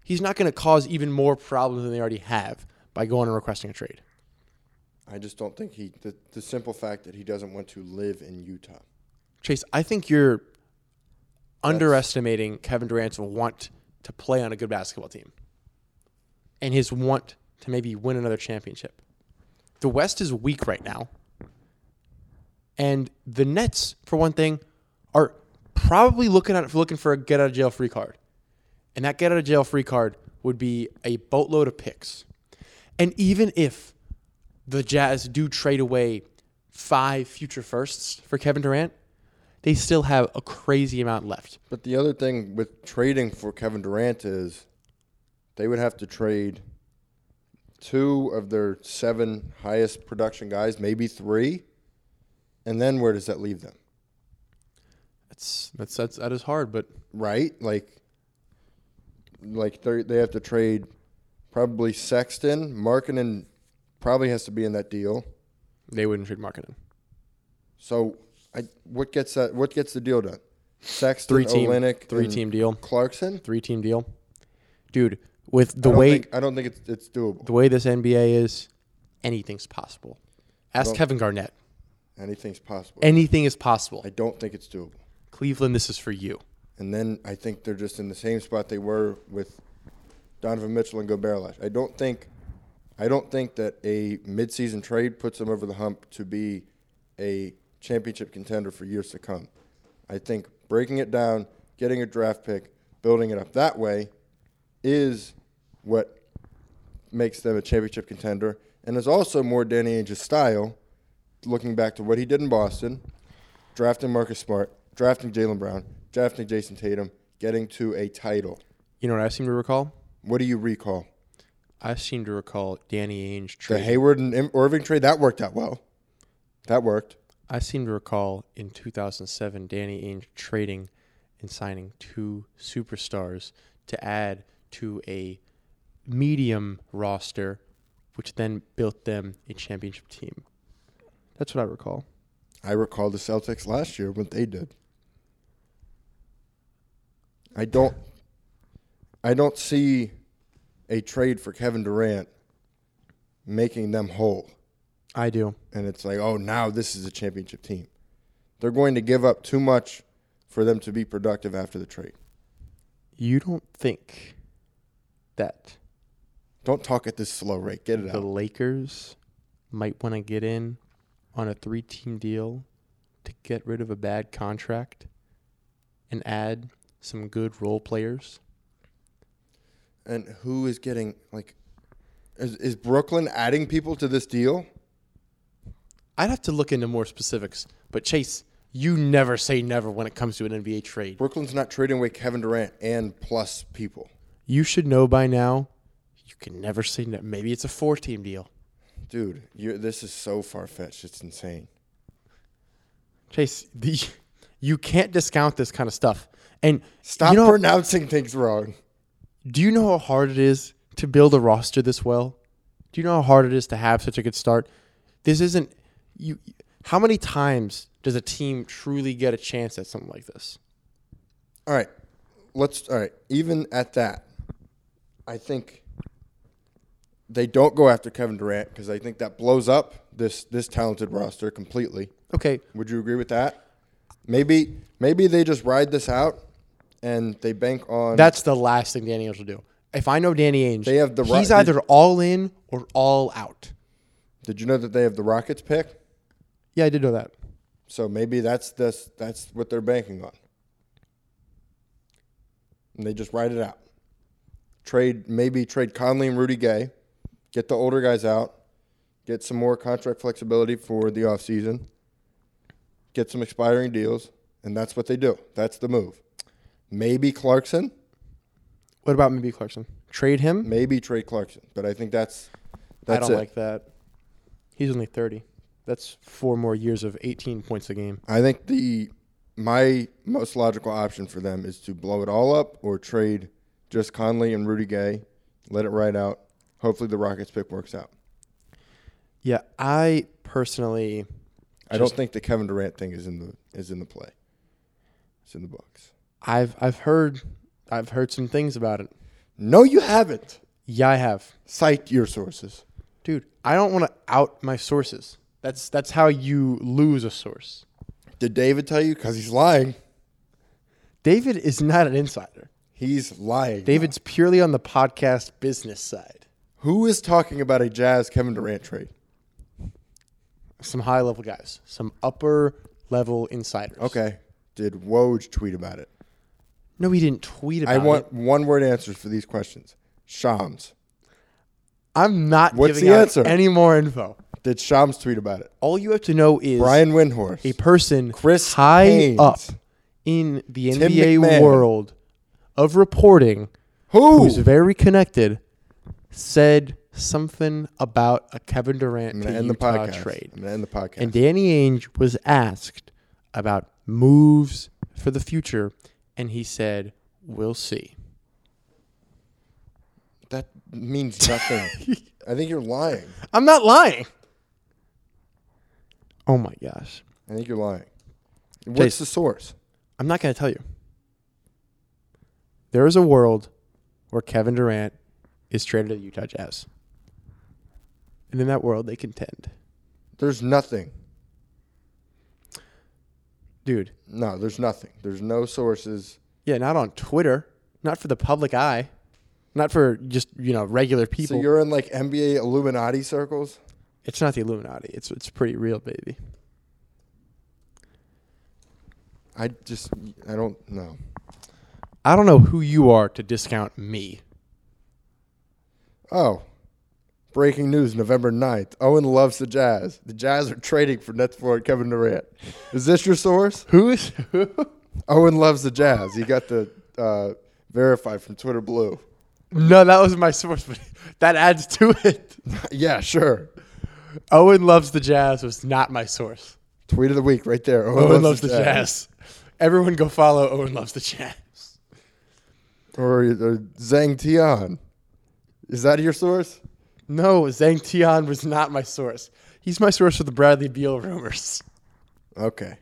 [SPEAKER 2] he's not going to cause even more problems than they already have by going and requesting a trade.
[SPEAKER 1] I just don't think he. The, the simple fact that he doesn't want to live in Utah.
[SPEAKER 2] Chase, I think you're underestimating Kevin Durant's want to play on a good basketball team and his want to maybe win another championship. The West is weak right now. And the Nets, for one thing, are probably looking at looking for a get out of jail free card. And that get out of jail free card would be a boatload of picks. And even if the Jazz do trade away five future firsts for Kevin Durant, they still have a crazy amount left.
[SPEAKER 1] But the other thing with trading for Kevin Durant is they would have to trade two of their seven highest production guys, maybe three. And then where does that leave them?
[SPEAKER 2] That's that's that's that is hard, but
[SPEAKER 1] Right? Like like they they have to trade probably Sexton, Markinen probably has to be in that deal.
[SPEAKER 2] they wouldn't trade marketing.
[SPEAKER 1] So I what gets that what gets the deal done? Sexton,
[SPEAKER 2] Three team
[SPEAKER 1] Olynyk,
[SPEAKER 2] three
[SPEAKER 1] and
[SPEAKER 2] team deal.
[SPEAKER 1] Clarkson?
[SPEAKER 2] Three team deal. Dude, with the
[SPEAKER 1] I don't
[SPEAKER 2] way
[SPEAKER 1] think, I don't think it's it's doable.
[SPEAKER 2] the way this NBA is, anything's possible. Ask Kevin Garnett.
[SPEAKER 1] Anything's possible.
[SPEAKER 2] Anything is possible.
[SPEAKER 1] I don't think it's doable.
[SPEAKER 2] Cleveland, this is for you.
[SPEAKER 1] And then I think they're just in the same spot they were with Donovan Mitchell and Gobert last. I don't think I don't think that a midseason trade puts them over the hump to be a championship contender for years to come. I think breaking it down, getting a draft pick, building it up that way is what makes them a championship contender and is also more Danny Ainge's style, looking back to what he did in Boston, drafting Marcus Smart, drafting Jalen Brown, drafting Jason Tatum, getting to a title.
[SPEAKER 2] You know what I seem to recall?
[SPEAKER 1] What do you recall?
[SPEAKER 2] I seem to recall Danny Ainge
[SPEAKER 1] The
[SPEAKER 2] trade.
[SPEAKER 1] Hayward and Im- Irving trade that worked out well. That worked.
[SPEAKER 2] I seem to recall in 2007 Danny Ainge trading and signing two superstars to add to a medium roster, which then built them a championship team. That's what I recall.
[SPEAKER 1] I recall the Celtics last year what they did. I don't I don't see a trade for Kevin Durant making them whole.
[SPEAKER 2] I do.
[SPEAKER 1] and it's like, oh, now this is a championship team. They're going to give up too much for them to be productive after the trade.
[SPEAKER 2] You don't think that
[SPEAKER 1] Don't talk at this slow rate. Get it
[SPEAKER 2] the
[SPEAKER 1] out.
[SPEAKER 2] Lakers might want to get in on a three team deal to get rid of a bad contract and add some good role players?
[SPEAKER 1] And who is getting like? Is, is Brooklyn adding people to this deal?
[SPEAKER 2] I'd have to look into more specifics. But Chase, you never say never when it comes to an NBA trade.
[SPEAKER 1] Brooklyn's not trading away Kevin Durant and plus people,
[SPEAKER 2] You should know by now. You can never say never. Maybe it's a four-team deal.
[SPEAKER 1] dude. You're, this is so far fetched. It's insane.
[SPEAKER 2] Chase, the you can't discount this kind of stuff. And
[SPEAKER 1] Stop
[SPEAKER 2] You know,
[SPEAKER 1] pronouncing things wrong.
[SPEAKER 2] do you know how hard it is to build a roster this well? Do you know how hard it is to have such a good start? This isn't you. How many times does a team truly get a chance at something like this?
[SPEAKER 1] All right. Let's all right. Even at that, I think they don't go after Kevin Durant because I think that blows up this this talented roster completely.
[SPEAKER 2] Okay,
[SPEAKER 1] Would you agree with that? Maybe maybe they just ride this out and they bank on
[SPEAKER 2] That's the last thing Danny Ainge will do. If I know Danny Ainge,
[SPEAKER 1] They have the ri-
[SPEAKER 2] he's either all in or all out.
[SPEAKER 1] Did you know that they have the Rockets pick?
[SPEAKER 2] Yeah, I did know that.
[SPEAKER 1] So maybe that's this that's what they're banking on. and they just ride it out. Trade maybe trade Conley and Rudy Gay, get the older guys out, get some more contract flexibility for the offseason, get some expiring deals, and that's what they do. That's the move. Maybe Clarkson,
[SPEAKER 2] What about maybe Clarkson? Trade him?
[SPEAKER 1] maybe trade Clarkson, but I think that's
[SPEAKER 2] I
[SPEAKER 1] that's
[SPEAKER 2] don't
[SPEAKER 1] it.
[SPEAKER 2] like that. He's only 30. That's four more years of 18 points a game.
[SPEAKER 1] I think the my most logical option for them is to blow it all up or trade just Conley and Rudy Gay, let it ride out. Hopefully the Rockets pick works out.
[SPEAKER 2] Yeah, I personally
[SPEAKER 1] I don't think the Kevin Durant thing is in the is in the play. It's in the books.
[SPEAKER 2] I've I've heard I've heard some things about it.
[SPEAKER 1] No, you haven't.
[SPEAKER 2] Yeah, I have.
[SPEAKER 1] Cite your sources.
[SPEAKER 2] Dude, I don't want to out my sources. That's that's how you lose a source.
[SPEAKER 1] Did David tell you? Because he's lying.
[SPEAKER 2] David is not an insider.
[SPEAKER 1] He's lying.
[SPEAKER 2] David's purely on the podcast business side.
[SPEAKER 1] Who is talking about a Jazz Kevin Durant trade?
[SPEAKER 2] Some high level guys, some upper level insiders.
[SPEAKER 1] Okay. Did Woj tweet about it?
[SPEAKER 2] No, he didn't tweet about
[SPEAKER 1] I want
[SPEAKER 2] it.
[SPEAKER 1] one word answers for these questions. Shams.
[SPEAKER 2] I'm not
[SPEAKER 1] What's
[SPEAKER 2] giving
[SPEAKER 1] the
[SPEAKER 2] out
[SPEAKER 1] answer?
[SPEAKER 2] any more info.
[SPEAKER 1] Did Shams tweet about it?
[SPEAKER 2] All you have to know is
[SPEAKER 1] Brian Windhorst.
[SPEAKER 2] a person
[SPEAKER 1] Chris
[SPEAKER 2] high
[SPEAKER 1] Haynes.
[SPEAKER 2] up in the
[SPEAKER 1] Tim
[SPEAKER 2] NBA
[SPEAKER 1] McMahon.
[SPEAKER 2] world of reporting
[SPEAKER 1] Who?
[SPEAKER 2] who's very connected, said something about a Kevin Durant
[SPEAKER 1] I'm
[SPEAKER 2] to
[SPEAKER 1] gonna end the
[SPEAKER 2] Utah
[SPEAKER 1] podcast.
[SPEAKER 2] trade.
[SPEAKER 1] I'm gonna end the podcast.
[SPEAKER 2] And Danny Ainge was asked about moves for the future, and he said, "We'll see."
[SPEAKER 1] that means nothing. I think you're lying.
[SPEAKER 2] I'm not lying. Oh my gosh,
[SPEAKER 1] I think you're lying. What's
[SPEAKER 2] Jason.
[SPEAKER 1] the source?
[SPEAKER 2] I'm not going to tell you. There is a world where Kevin Durant is traded to the Utah Jazz, and in that world, they contend.
[SPEAKER 1] There's nothing.
[SPEAKER 2] Dude,
[SPEAKER 1] No, there's nothing. There's no sources.
[SPEAKER 2] Yeah, not on Twitter, not for the public eye, not for just you know regular
[SPEAKER 1] So
[SPEAKER 2] people.
[SPEAKER 1] you're in like NBA Illuminati circles?
[SPEAKER 2] it's not the Illuminati. It's it's pretty real, baby.
[SPEAKER 1] I just I don't know.
[SPEAKER 2] I don't know who you are to discount me.
[SPEAKER 1] Oh. Breaking news, November 9th. Owen loves the Jazz. The Jazz are trading for Nets forward Kevin Durant. Is this your source?
[SPEAKER 2] Who is who?
[SPEAKER 1] Owen loves the Jazz. He got the uh, verified from Twitter Blue.
[SPEAKER 2] No, that was my source, but that adds to it.
[SPEAKER 1] yeah, sure.
[SPEAKER 2] Owen loves the Jazz was not my source.
[SPEAKER 1] Tweet of the week right there. Owen,
[SPEAKER 2] Owen, loves, the jazz. Everyone go follow Owen loves the Jazz.
[SPEAKER 1] Or, or Zhang Tian. Is that your source?
[SPEAKER 2] No, Zhang Tian was not my source. He's my source for the Bradley Beal rumors.
[SPEAKER 1] Okay.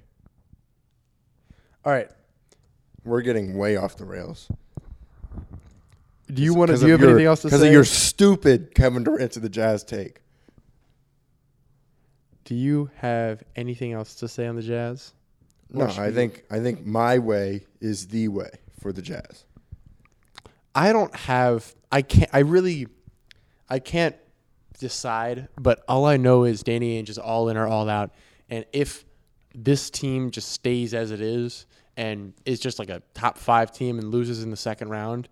[SPEAKER 2] All right.
[SPEAKER 1] We're getting way off the rails.
[SPEAKER 2] Do you want to?
[SPEAKER 1] 'Cause
[SPEAKER 2] Do you
[SPEAKER 1] of
[SPEAKER 2] have
[SPEAKER 1] your-
[SPEAKER 2] anything else to say?
[SPEAKER 1] Because of your stupid Kevin Durant to the Jazz take.
[SPEAKER 2] Do you have anything else to say on the Jazz?
[SPEAKER 1] No,
[SPEAKER 2] should
[SPEAKER 1] I think I think my way is the way for the Jazz.
[SPEAKER 2] I don't have. I can't. I really. I can't decide. But all I know is Danny Ainge is all in or all out. And if this team just stays as it is and is just like a top five team and loses in the second round,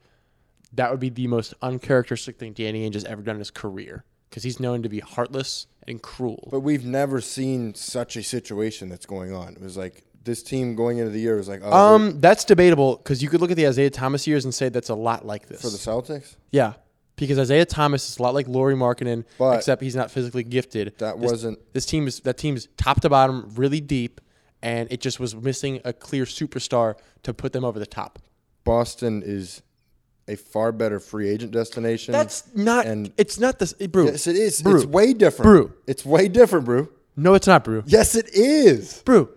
[SPEAKER 2] that would be the most uncharacteristic thing Danny Ainge has ever done in his career because he's known to be heartless and cruel.
[SPEAKER 1] But we've never seen such a situation that's going on. It was like this team going into the year was like, oh, um,
[SPEAKER 2] um, that's debatable because you could look at the Isaiah Thomas years and say that's a lot like this.
[SPEAKER 1] for the Celtics.
[SPEAKER 2] Yeah, because Isaiah Thomas is a lot like Laurie Markkinen,
[SPEAKER 1] But-
[SPEAKER 2] except he's not physically gifted.
[SPEAKER 1] That
[SPEAKER 2] This-
[SPEAKER 1] wasn't
[SPEAKER 2] this team is that team's top to bottom really deep, and it just was missing a clear superstar to put them over the top.
[SPEAKER 1] Boston is a far better free agent destination.
[SPEAKER 2] That's not.
[SPEAKER 1] and-
[SPEAKER 2] it's not this, eh, Brew.
[SPEAKER 1] yes, it is.
[SPEAKER 2] Brew.
[SPEAKER 1] It's way different.
[SPEAKER 2] Brew.
[SPEAKER 1] It's way different, Brew.
[SPEAKER 2] no, it's not Brew.
[SPEAKER 1] Yes, it is.
[SPEAKER 2] Brew.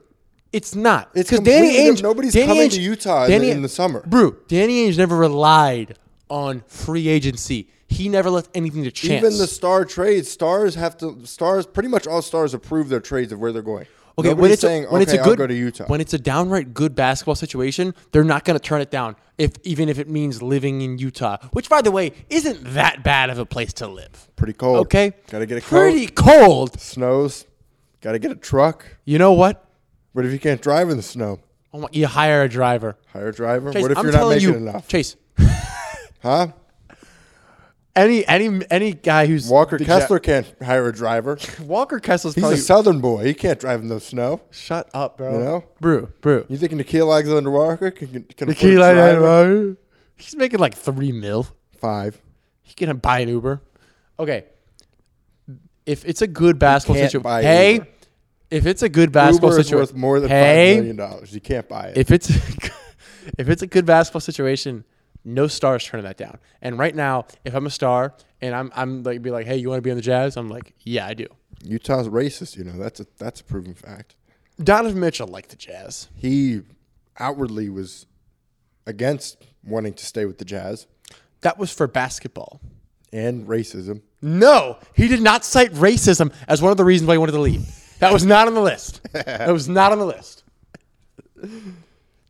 [SPEAKER 2] It's not.
[SPEAKER 1] It's
[SPEAKER 2] because Danny
[SPEAKER 1] completely
[SPEAKER 2] Ainge.
[SPEAKER 1] different. Nobody's
[SPEAKER 2] Danny
[SPEAKER 1] coming
[SPEAKER 2] Ainge-
[SPEAKER 1] to Utah in the- in the summer.
[SPEAKER 2] Brew. Danny Ainge never relied on free agency. He never left anything to chance.
[SPEAKER 1] Even the star trades, stars have to stars. Pretty much all stars approve their trades of where they're going.
[SPEAKER 2] Okay,
[SPEAKER 1] Nobody's
[SPEAKER 2] when it's
[SPEAKER 1] saying
[SPEAKER 2] a, when
[SPEAKER 1] okay,
[SPEAKER 2] it's a good
[SPEAKER 1] I'll go to Utah.
[SPEAKER 2] When it's a downright good basketball situation, they're not going to turn it down. If even if it means living in Utah, which by the way isn't that bad of a place to live.
[SPEAKER 1] Pretty cold.
[SPEAKER 2] Okay,
[SPEAKER 1] gotta get a
[SPEAKER 2] pretty
[SPEAKER 1] coat.
[SPEAKER 2] cold.
[SPEAKER 1] Snows, gotta get a truck.
[SPEAKER 2] You know what?
[SPEAKER 1] But if you can't drive in the snow,
[SPEAKER 2] Oh my, you hire a driver.
[SPEAKER 1] Hire a driver.
[SPEAKER 2] Chase,
[SPEAKER 1] what if
[SPEAKER 2] I'm
[SPEAKER 1] you're not
[SPEAKER 2] telling
[SPEAKER 1] making
[SPEAKER 2] you,
[SPEAKER 1] enough?
[SPEAKER 2] Chase,
[SPEAKER 1] Huh?
[SPEAKER 2] any any any guy who's
[SPEAKER 1] Walker
[SPEAKER 2] the ja-
[SPEAKER 1] Kessler can't hire a driver.
[SPEAKER 2] Walker Kessler's
[SPEAKER 1] He's
[SPEAKER 2] probably
[SPEAKER 1] a Southern boy. He can't drive in the snow.
[SPEAKER 2] shut up, bro.
[SPEAKER 1] You know?
[SPEAKER 2] brew, brew.
[SPEAKER 1] You thinking Nikhil Alexander Walker can, can afford a
[SPEAKER 2] Key light
[SPEAKER 1] driver?
[SPEAKER 2] out, He's making like three mil.
[SPEAKER 1] Five.
[SPEAKER 2] He can buy an Uber. Okay. If it's a good basketball
[SPEAKER 1] can't
[SPEAKER 2] situation,
[SPEAKER 1] buy an
[SPEAKER 2] hey,
[SPEAKER 1] Uber.
[SPEAKER 2] if it's a good basketball
[SPEAKER 1] Uber is worth
[SPEAKER 2] situation,
[SPEAKER 1] more than
[SPEAKER 2] hey,
[SPEAKER 1] five million dollars. You can't buy it.
[SPEAKER 2] if it's if it's a good basketball situation, no star is turning that down. And right now, if I'm a star and I'm I'm like be like, hey, you want to be on the Jazz? I'm like, yeah, I do.
[SPEAKER 1] Utah's racist. You know that's a that's a proven fact.
[SPEAKER 2] Donovan Mitchell liked the Jazz.
[SPEAKER 1] He outwardly was against wanting to stay with the Jazz
[SPEAKER 2] That was for basketball.
[SPEAKER 1] and racism.
[SPEAKER 2] No, he did not cite racism as one of the reasons why he wanted to leave. That was not on the list. That was not on the list.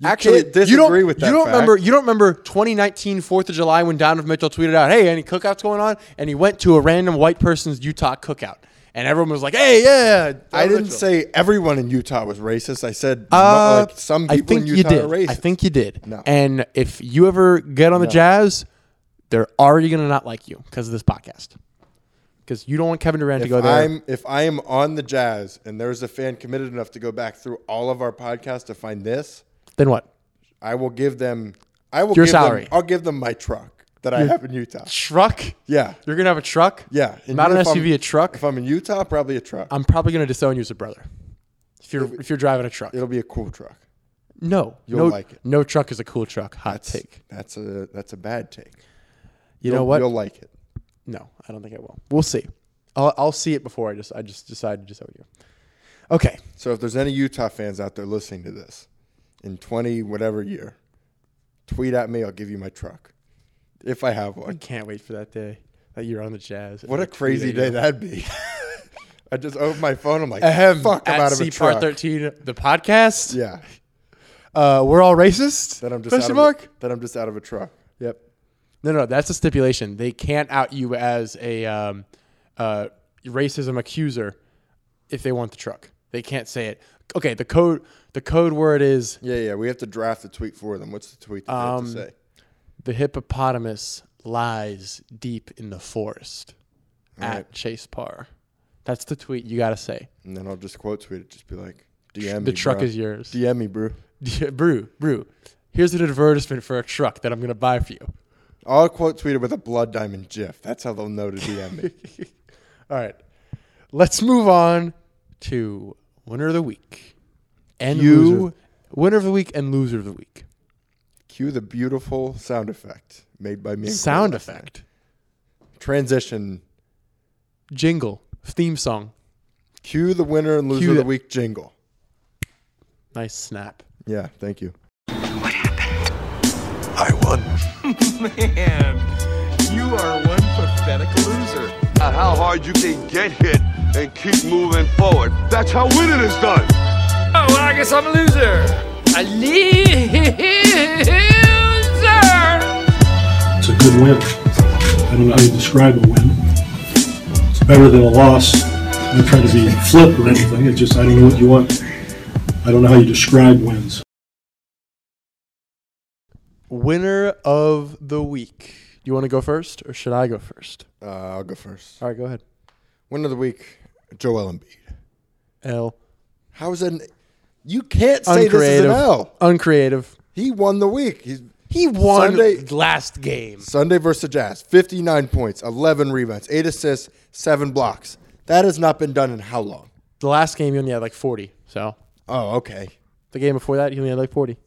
[SPEAKER 2] Actually,
[SPEAKER 1] can't
[SPEAKER 2] you don't,
[SPEAKER 1] disagree with that
[SPEAKER 2] you don't
[SPEAKER 1] fact.
[SPEAKER 2] remember. You don't remember 2019 Fourth of July when Donovan Mitchell tweeted out, "Hey, any cookouts going on?" And he went to a random white person's Utah cookout, and everyone was like, "Hey, yeah." Donovan
[SPEAKER 1] I didn't
[SPEAKER 2] Mitchell."
[SPEAKER 1] say everyone in Utah was racist. I said
[SPEAKER 2] Uh,
[SPEAKER 1] like some people in Utah
[SPEAKER 2] you did.
[SPEAKER 1] are racist.
[SPEAKER 2] I think you did.
[SPEAKER 1] No.
[SPEAKER 2] And if you ever get on the Jazz, they're already gonna not like you because of this podcast. Because you don't want Kevin Durant to
[SPEAKER 1] if
[SPEAKER 2] go there.
[SPEAKER 1] I'm if I am on the Jazz and there's a fan committed enough to go back through all of our podcasts to find this,
[SPEAKER 2] then what?
[SPEAKER 1] I will give them. I will
[SPEAKER 2] Your
[SPEAKER 1] give them-
[SPEAKER 2] salary.
[SPEAKER 1] I'll give them my truck that I have in Utah.
[SPEAKER 2] Truck?
[SPEAKER 1] Yeah,
[SPEAKER 2] You're gonna have a truck?
[SPEAKER 1] yeah. And
[SPEAKER 2] Not an
[SPEAKER 1] if I'm-
[SPEAKER 2] SUV, a truck. Um,
[SPEAKER 1] If I'm in Utah, probably a truck.
[SPEAKER 2] I'm probably gonna disown you as a brother. If you're if you're driving a truck.
[SPEAKER 1] It'll be a cool truck.
[SPEAKER 2] No.
[SPEAKER 1] You'll
[SPEAKER 2] no,
[SPEAKER 1] like it.
[SPEAKER 2] No truck is a cool truck. Hot take.
[SPEAKER 1] That's a that's a bad take.
[SPEAKER 2] You know what?
[SPEAKER 1] You'll like it.
[SPEAKER 2] No, I don't think I will. We'll see. I'll, I'll see it before I just I just decide to disown you. Okay.
[SPEAKER 1] So if there's any Utah fans out there listening to this in 20 whatever year, tweet at me. I'll give you my truck if I have one.
[SPEAKER 2] Can't wait for that day that you're on the jazz.
[SPEAKER 1] What a crazy day that'd be. I just opened my phone. I'm like,
[SPEAKER 2] Ahem,
[SPEAKER 1] fuck, I'm
[SPEAKER 2] at
[SPEAKER 1] out of a
[SPEAKER 2] C part
[SPEAKER 1] truck.
[SPEAKER 2] thirteen, the podcast.
[SPEAKER 1] Yeah.
[SPEAKER 2] Uh, we're all racist.
[SPEAKER 1] Then I'm just out
[SPEAKER 2] question
[SPEAKER 1] of
[SPEAKER 2] mark.
[SPEAKER 1] A, then I'm just out of a truck.
[SPEAKER 2] Yep. No, no, that's a stipulation. They can't out you as a um, uh, racism accuser if they want the truck. They can't say it. Okay, the code the code word is
[SPEAKER 1] Yeah, yeah. We have to draft a tweet for them. What's the tweet that
[SPEAKER 2] Um,
[SPEAKER 1] they have to say?
[SPEAKER 2] the hippopotamus lies deep in the forest at
[SPEAKER 1] right.
[SPEAKER 2] Chase Parr. That's the tweet you gotta say.
[SPEAKER 1] And then I'll just quote tweet it. Just be like, DM me.
[SPEAKER 2] the truck
[SPEAKER 1] bro.
[SPEAKER 2] is yours.
[SPEAKER 1] DM me, bro.
[SPEAKER 2] brew, brew. Here's an advertisement for a truck that I'm gonna buy for you.
[SPEAKER 1] I'll quote tweet it with a blood diamond GIF. That's how they'll know to DM me.
[SPEAKER 2] All right. Let's move on to winner of the week. And
[SPEAKER 1] You-
[SPEAKER 2] loser. winner of the week and loser of the week.
[SPEAKER 1] Cue the beautiful sound effect made by me. and
[SPEAKER 2] Sound
[SPEAKER 1] Cole.
[SPEAKER 2] effect.
[SPEAKER 1] Transition.
[SPEAKER 2] Jingle. Theme song.
[SPEAKER 1] Cue the winner and loser
[SPEAKER 2] Cue
[SPEAKER 1] of the
[SPEAKER 2] the-
[SPEAKER 1] week jingle.
[SPEAKER 2] Nice snap.
[SPEAKER 1] Yeah, thank you.
[SPEAKER 3] I won.
[SPEAKER 4] Man, you are one pathetic loser.
[SPEAKER 5] about how hard you can get hit and keep moving forward. That's how winning is done.
[SPEAKER 4] Oh, well, I guess I'm a loser. A loser.
[SPEAKER 6] It's a good win. I don't know how you describe a win. It's better than a loss. I'm not trying to be flip or anything. It's just I don't know what you want. I don't know how you describe wins.
[SPEAKER 2] Winner of the week. You want to go first or should I go first?
[SPEAKER 1] Uh, I'll go first.
[SPEAKER 2] All right, go ahead.
[SPEAKER 1] Winner of the week, Joel Embiid.
[SPEAKER 2] L.
[SPEAKER 1] How is that? An, you can't say this is an L.
[SPEAKER 2] Uncreative.
[SPEAKER 1] He won the week. He's
[SPEAKER 2] He won
[SPEAKER 1] Sunday-
[SPEAKER 2] last game.
[SPEAKER 1] Sunday versus the Jazz. Fifty-nine points, eleven rebounds, eight assists, seven blocks. That has not been done in how long?
[SPEAKER 2] The last game he only had like 40. So
[SPEAKER 1] Oh, okay.
[SPEAKER 2] the game before that he only had like 40.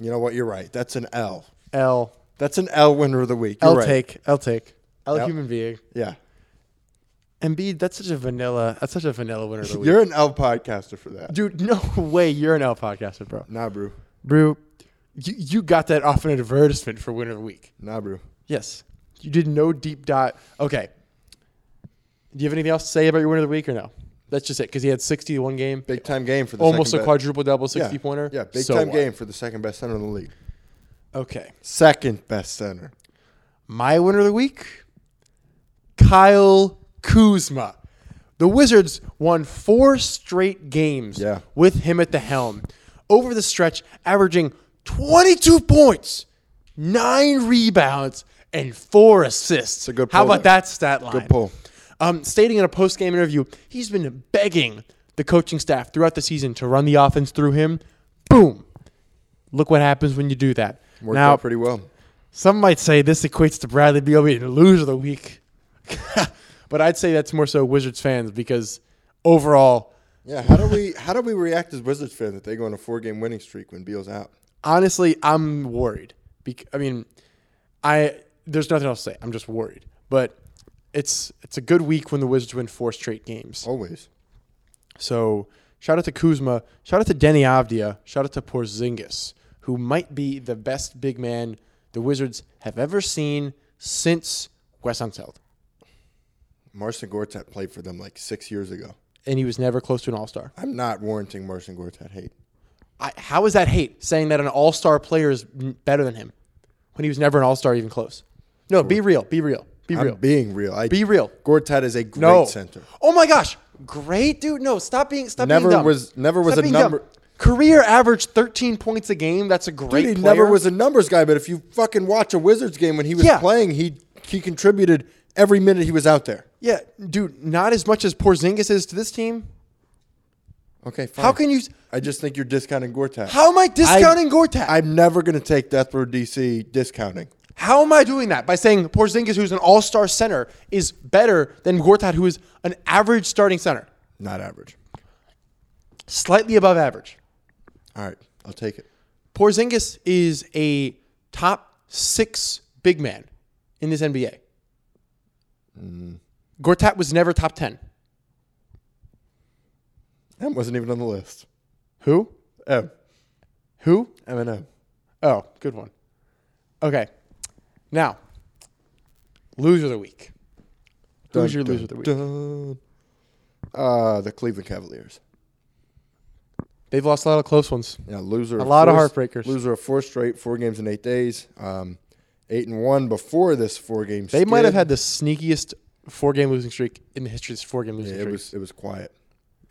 [SPEAKER 1] You know what? You're right. That's an L.
[SPEAKER 2] L.
[SPEAKER 1] That's an L winner of the week. You're
[SPEAKER 2] L
[SPEAKER 1] right.
[SPEAKER 2] take. L take. L
[SPEAKER 1] Yep.
[SPEAKER 2] human being.
[SPEAKER 1] Yeah.
[SPEAKER 2] Embiid, that's such a vanilla. That's such a vanilla winner of the week.
[SPEAKER 1] You're an L podcaster for that.
[SPEAKER 2] Dude, no way. You're an L podcaster, bro.
[SPEAKER 1] Nah, bro.
[SPEAKER 2] Brew, you, you got that off an advertisement for winner of the week.
[SPEAKER 1] Nah, bro.
[SPEAKER 2] Yes. You did no deep dive. Okay. Do you have anything else to say about your winner of the week or no? That's just it because he had 61 game,
[SPEAKER 1] Big time game for the
[SPEAKER 2] almost a
[SPEAKER 1] second best-
[SPEAKER 2] quadruple double, 60
[SPEAKER 1] yeah.
[SPEAKER 2] pointer.
[SPEAKER 1] Yeah, big
[SPEAKER 2] So
[SPEAKER 1] time
[SPEAKER 2] what?
[SPEAKER 1] game for the second best center in the league.
[SPEAKER 2] Okay.
[SPEAKER 1] Second best center.
[SPEAKER 2] My winner of the week, Kyle Kuzma. The Wizards won four straight games
[SPEAKER 1] Yeah.
[SPEAKER 2] with him at the helm. over the stretch, averaging 22 points, nine rebounds, and four assists.
[SPEAKER 1] a good
[SPEAKER 2] How
[SPEAKER 1] pull
[SPEAKER 2] about
[SPEAKER 1] there.
[SPEAKER 2] that stat line?
[SPEAKER 1] Good pull.
[SPEAKER 2] Um, stating in a post game interview, he's been begging the coaching staff throughout the season to run the offense through him. Boom. Look what happens when you do that.
[SPEAKER 1] Worked
[SPEAKER 2] now,
[SPEAKER 1] out pretty well.
[SPEAKER 2] some might say this equates to Bradley Beal being the loser of the week, but I'd say that's more so Wizards fans because overall,
[SPEAKER 1] Yeah, how do we how do we react as Wizards fans that they go on a four game winning streak when Beal's out?
[SPEAKER 2] honestly, I'm worried. Bec- I mean, I there's nothing else to say. I'm just worried. But it's it's a good week when the Wizards win four straight games.
[SPEAKER 1] Always.
[SPEAKER 2] So shout out to Kuzma. Shout out to Denny Avdia. Shout out to Porzingis, who might be the best big man the Wizards have ever seen since Wes Unseld.
[SPEAKER 1] Marcin Gortat played for them like six years ago.
[SPEAKER 2] And he was never close to an all star.
[SPEAKER 1] I'm not warranting Marcin Gortat hate.
[SPEAKER 2] I, how is that hate saying that an all star player is m- better than him when he was never an all star even close? No, be real. Be real. Be
[SPEAKER 1] I'm
[SPEAKER 2] real.
[SPEAKER 1] being real. I,
[SPEAKER 2] Be real.
[SPEAKER 1] Gortat is a great
[SPEAKER 2] no.
[SPEAKER 1] center.
[SPEAKER 2] Oh my gosh. Great dude. No, stop being stop
[SPEAKER 1] Never
[SPEAKER 2] being dumb.
[SPEAKER 1] was- never was
[SPEAKER 2] Stop
[SPEAKER 1] a
[SPEAKER 2] being dumb.
[SPEAKER 1] number-
[SPEAKER 2] Career average 13 points a game. That's a great
[SPEAKER 1] Dude, he
[SPEAKER 2] player.
[SPEAKER 1] never was a numbers guy, but if you fucking watch a Wizards game when he was
[SPEAKER 2] Yeah.
[SPEAKER 1] playing, he he contributed every minute he was out there.
[SPEAKER 2] Yeah, dude, not as much as Porzingis is to this team.
[SPEAKER 1] Okay, fine.
[SPEAKER 2] How can you?
[SPEAKER 1] I just think you're discounting Gortat.
[SPEAKER 2] How am I discounting Gortat?
[SPEAKER 1] I'm never gonna take Death Row DC discounting.
[SPEAKER 2] How am I doing that by saying Porzingis, who's an all-star center, is better than Gortat, who is an average starting center,
[SPEAKER 1] Not average.
[SPEAKER 2] slightly above average?
[SPEAKER 1] All right, I'll take it.
[SPEAKER 2] Porzingis is a top six big man in this NBA. Gortat was never top ten.
[SPEAKER 1] M wasn't even on the list.
[SPEAKER 2] Who?
[SPEAKER 1] M.
[SPEAKER 2] Who?
[SPEAKER 1] Eminem.
[SPEAKER 2] Oh, good one. Okay, now loser of the week. Who's your loser of the week?
[SPEAKER 1] Dun. Uh, the Cleveland Cavaliers.
[SPEAKER 2] They've lost a lot of close ones.
[SPEAKER 1] Yeah, loser.
[SPEAKER 2] A lot of heartbreakers.
[SPEAKER 1] Loser of four straight, four games in eight days. Um, eight and one before this four game.
[SPEAKER 2] They might have had the sneakiest four game losing streak in the history of this four game losing
[SPEAKER 1] It
[SPEAKER 2] streak.
[SPEAKER 1] was it was quiet.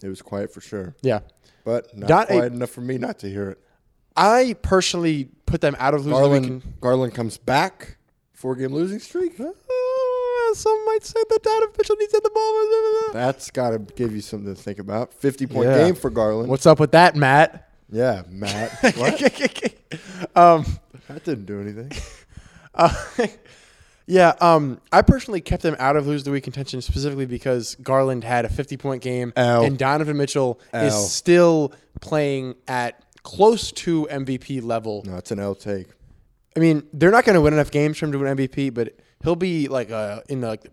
[SPEAKER 1] It was quiet for sure,
[SPEAKER 2] yeah.
[SPEAKER 1] but not
[SPEAKER 2] Not a-
[SPEAKER 1] quiet enough for me not to hear it.
[SPEAKER 2] I personally put them out of losing
[SPEAKER 1] Garland
[SPEAKER 2] the week. and-
[SPEAKER 1] Garland comes back, four game losing streak.
[SPEAKER 2] Uh, some might say that Donovan Mitchell needs to hit the ball.
[SPEAKER 1] That's got to give you something to think about. Fifty point
[SPEAKER 2] Yeah.
[SPEAKER 1] game for Garland.
[SPEAKER 2] What's up with that, Matt?
[SPEAKER 1] yeah, Matt? what?
[SPEAKER 2] um,
[SPEAKER 1] That didn't do anything.
[SPEAKER 2] yeah, um, I personally kept them out of lose the week contention specifically because Garland had a 50 point game
[SPEAKER 1] Ow.
[SPEAKER 2] and Donovan Mitchell
[SPEAKER 1] Ow.
[SPEAKER 2] is still playing at close to MVP level.
[SPEAKER 1] No, it's an L take.
[SPEAKER 2] I mean, they're not going to win enough games for him to win MVP, but he'll be like uh in the like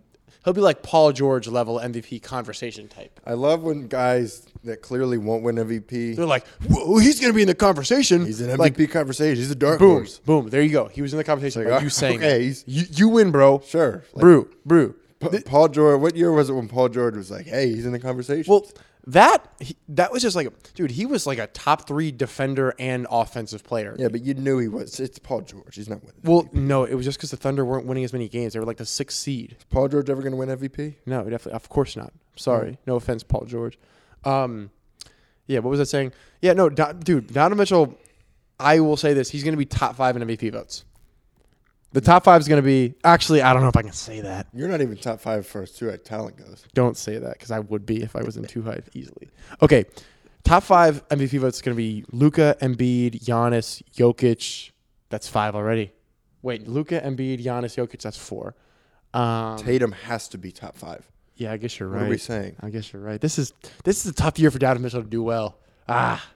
[SPEAKER 2] he'll be like Paul George level MVP conversation type.
[SPEAKER 1] I love when guys that clearly won't win MVP.
[SPEAKER 2] They're like, whoa, he's going to be in the conversation.
[SPEAKER 1] He's an MVP
[SPEAKER 2] Like,
[SPEAKER 1] conversation. He's a dark
[SPEAKER 2] boom,
[SPEAKER 1] horse.
[SPEAKER 2] boom. There you go. He was in the conversation. by
[SPEAKER 1] Like,
[SPEAKER 2] you saying,
[SPEAKER 1] okay,
[SPEAKER 2] it.
[SPEAKER 1] he's-
[SPEAKER 2] you, you win, bro.
[SPEAKER 1] Sure. Like,
[SPEAKER 2] brew, brew.
[SPEAKER 1] Pa- Paul George. What year was it when Paul George was like, "Hey, he's in the conversation"?
[SPEAKER 2] Well, that he, that was just like, dude, he was like a top three defender and offensive player.
[SPEAKER 1] yeah, but you knew he was. It's Paul George. He's not winning.
[SPEAKER 2] Well, no, it was just because the Thunder weren't winning as many games. They were like the sixth seed.
[SPEAKER 1] Paul George ever going to win MVP?
[SPEAKER 2] No, definitely. Of course not. Sorry. No offense, Paul George. Um, yeah, what was I saying? Yeah, no, Don, dude, Donovan Mitchell, I will say this. He's going to be top five in MVP votes. The top five is going to be, actually, I don't know if I can say that.
[SPEAKER 1] You're not even top five for as two at talent goes.
[SPEAKER 2] Don't say that because I would be if I was in too high easily. Okay. Top five MVP votes is going to be Luca, Embiid, Giannis, Jokic. That's five already. Wait, Luca, Embiid, Giannis, Jokic. That's four. Um,
[SPEAKER 1] Tatum has to be top five.
[SPEAKER 2] Yeah, I guess you're right.
[SPEAKER 1] are we saying?
[SPEAKER 2] I guess you're right. This is this is a tough year for Donovan Mitchell to do well. Ah,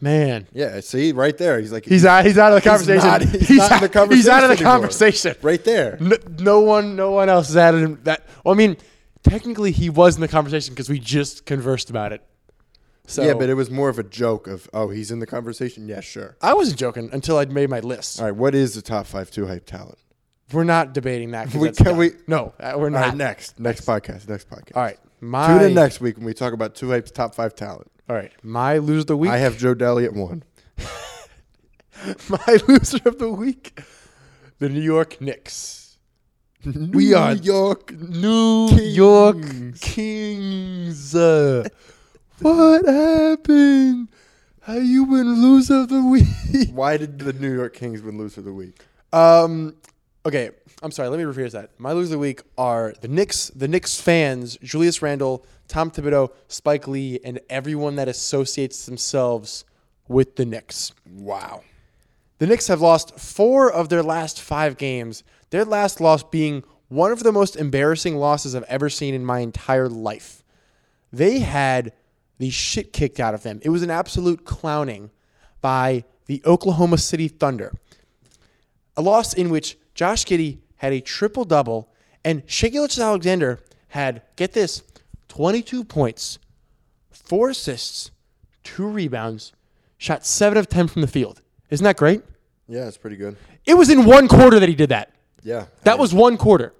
[SPEAKER 2] man,
[SPEAKER 1] Yeah, see right there. He's like
[SPEAKER 2] he's out. He's out of the
[SPEAKER 1] He's
[SPEAKER 2] conversation.
[SPEAKER 1] not- he's not in the
[SPEAKER 2] out- He's out of the
[SPEAKER 1] conversation anymore.
[SPEAKER 2] conversation.
[SPEAKER 1] right there.
[SPEAKER 2] No, no one, no one else is added him. That well, I mean, technically he was in the conversation because we just conversed about it. So
[SPEAKER 1] Yeah, but it was more of a joke of, "Oh, he's in the conversation." Yeah, sure.
[SPEAKER 2] I wasn't joking until I'd made my list.
[SPEAKER 1] All right, what is the top five two hype talent?
[SPEAKER 2] We're not debating that. 'cause
[SPEAKER 1] We-
[SPEAKER 2] that's
[SPEAKER 1] can
[SPEAKER 2] dumb.
[SPEAKER 1] we-
[SPEAKER 2] No, uh, we're
[SPEAKER 1] All
[SPEAKER 2] not.
[SPEAKER 1] right, next, next podcast, next podcast.
[SPEAKER 2] All right, my
[SPEAKER 1] tune in next week when we talk about two hype's top five talent.
[SPEAKER 2] All right, my loser of the week.
[SPEAKER 1] I have Joe Daly at one.
[SPEAKER 2] my loser of the week, the New York Knicks.
[SPEAKER 1] We are York.
[SPEAKER 2] New York Kings. Uh, what happened? How you win lose of the week?
[SPEAKER 1] Why did the New York Kings win lose for the week?
[SPEAKER 2] Um, okay, I'm sorry. Let me rephrase that. My lose of the week are the Knicks, the Knicks fans, Julius Randle, Tom Thibodeau, Spike Lee, and everyone that associates themselves with the Knicks.
[SPEAKER 1] Wow.
[SPEAKER 2] The Knicks have lost four of their last five games, their last loss being one of the most embarrassing losses I've ever seen in my entire life. They had the shit kicked out of them. It was an absolute clowning by the Oklahoma City Thunder. A loss in which Josh Giddy had a triple double and Shea Alexander had, get this, 22 points, four assists, two rebounds, shot seven of 10 from the field. Isn't that great?
[SPEAKER 1] Yeah, it's pretty good.
[SPEAKER 2] It was in one quarter that he did that.
[SPEAKER 1] Yeah.
[SPEAKER 2] That was one quarter.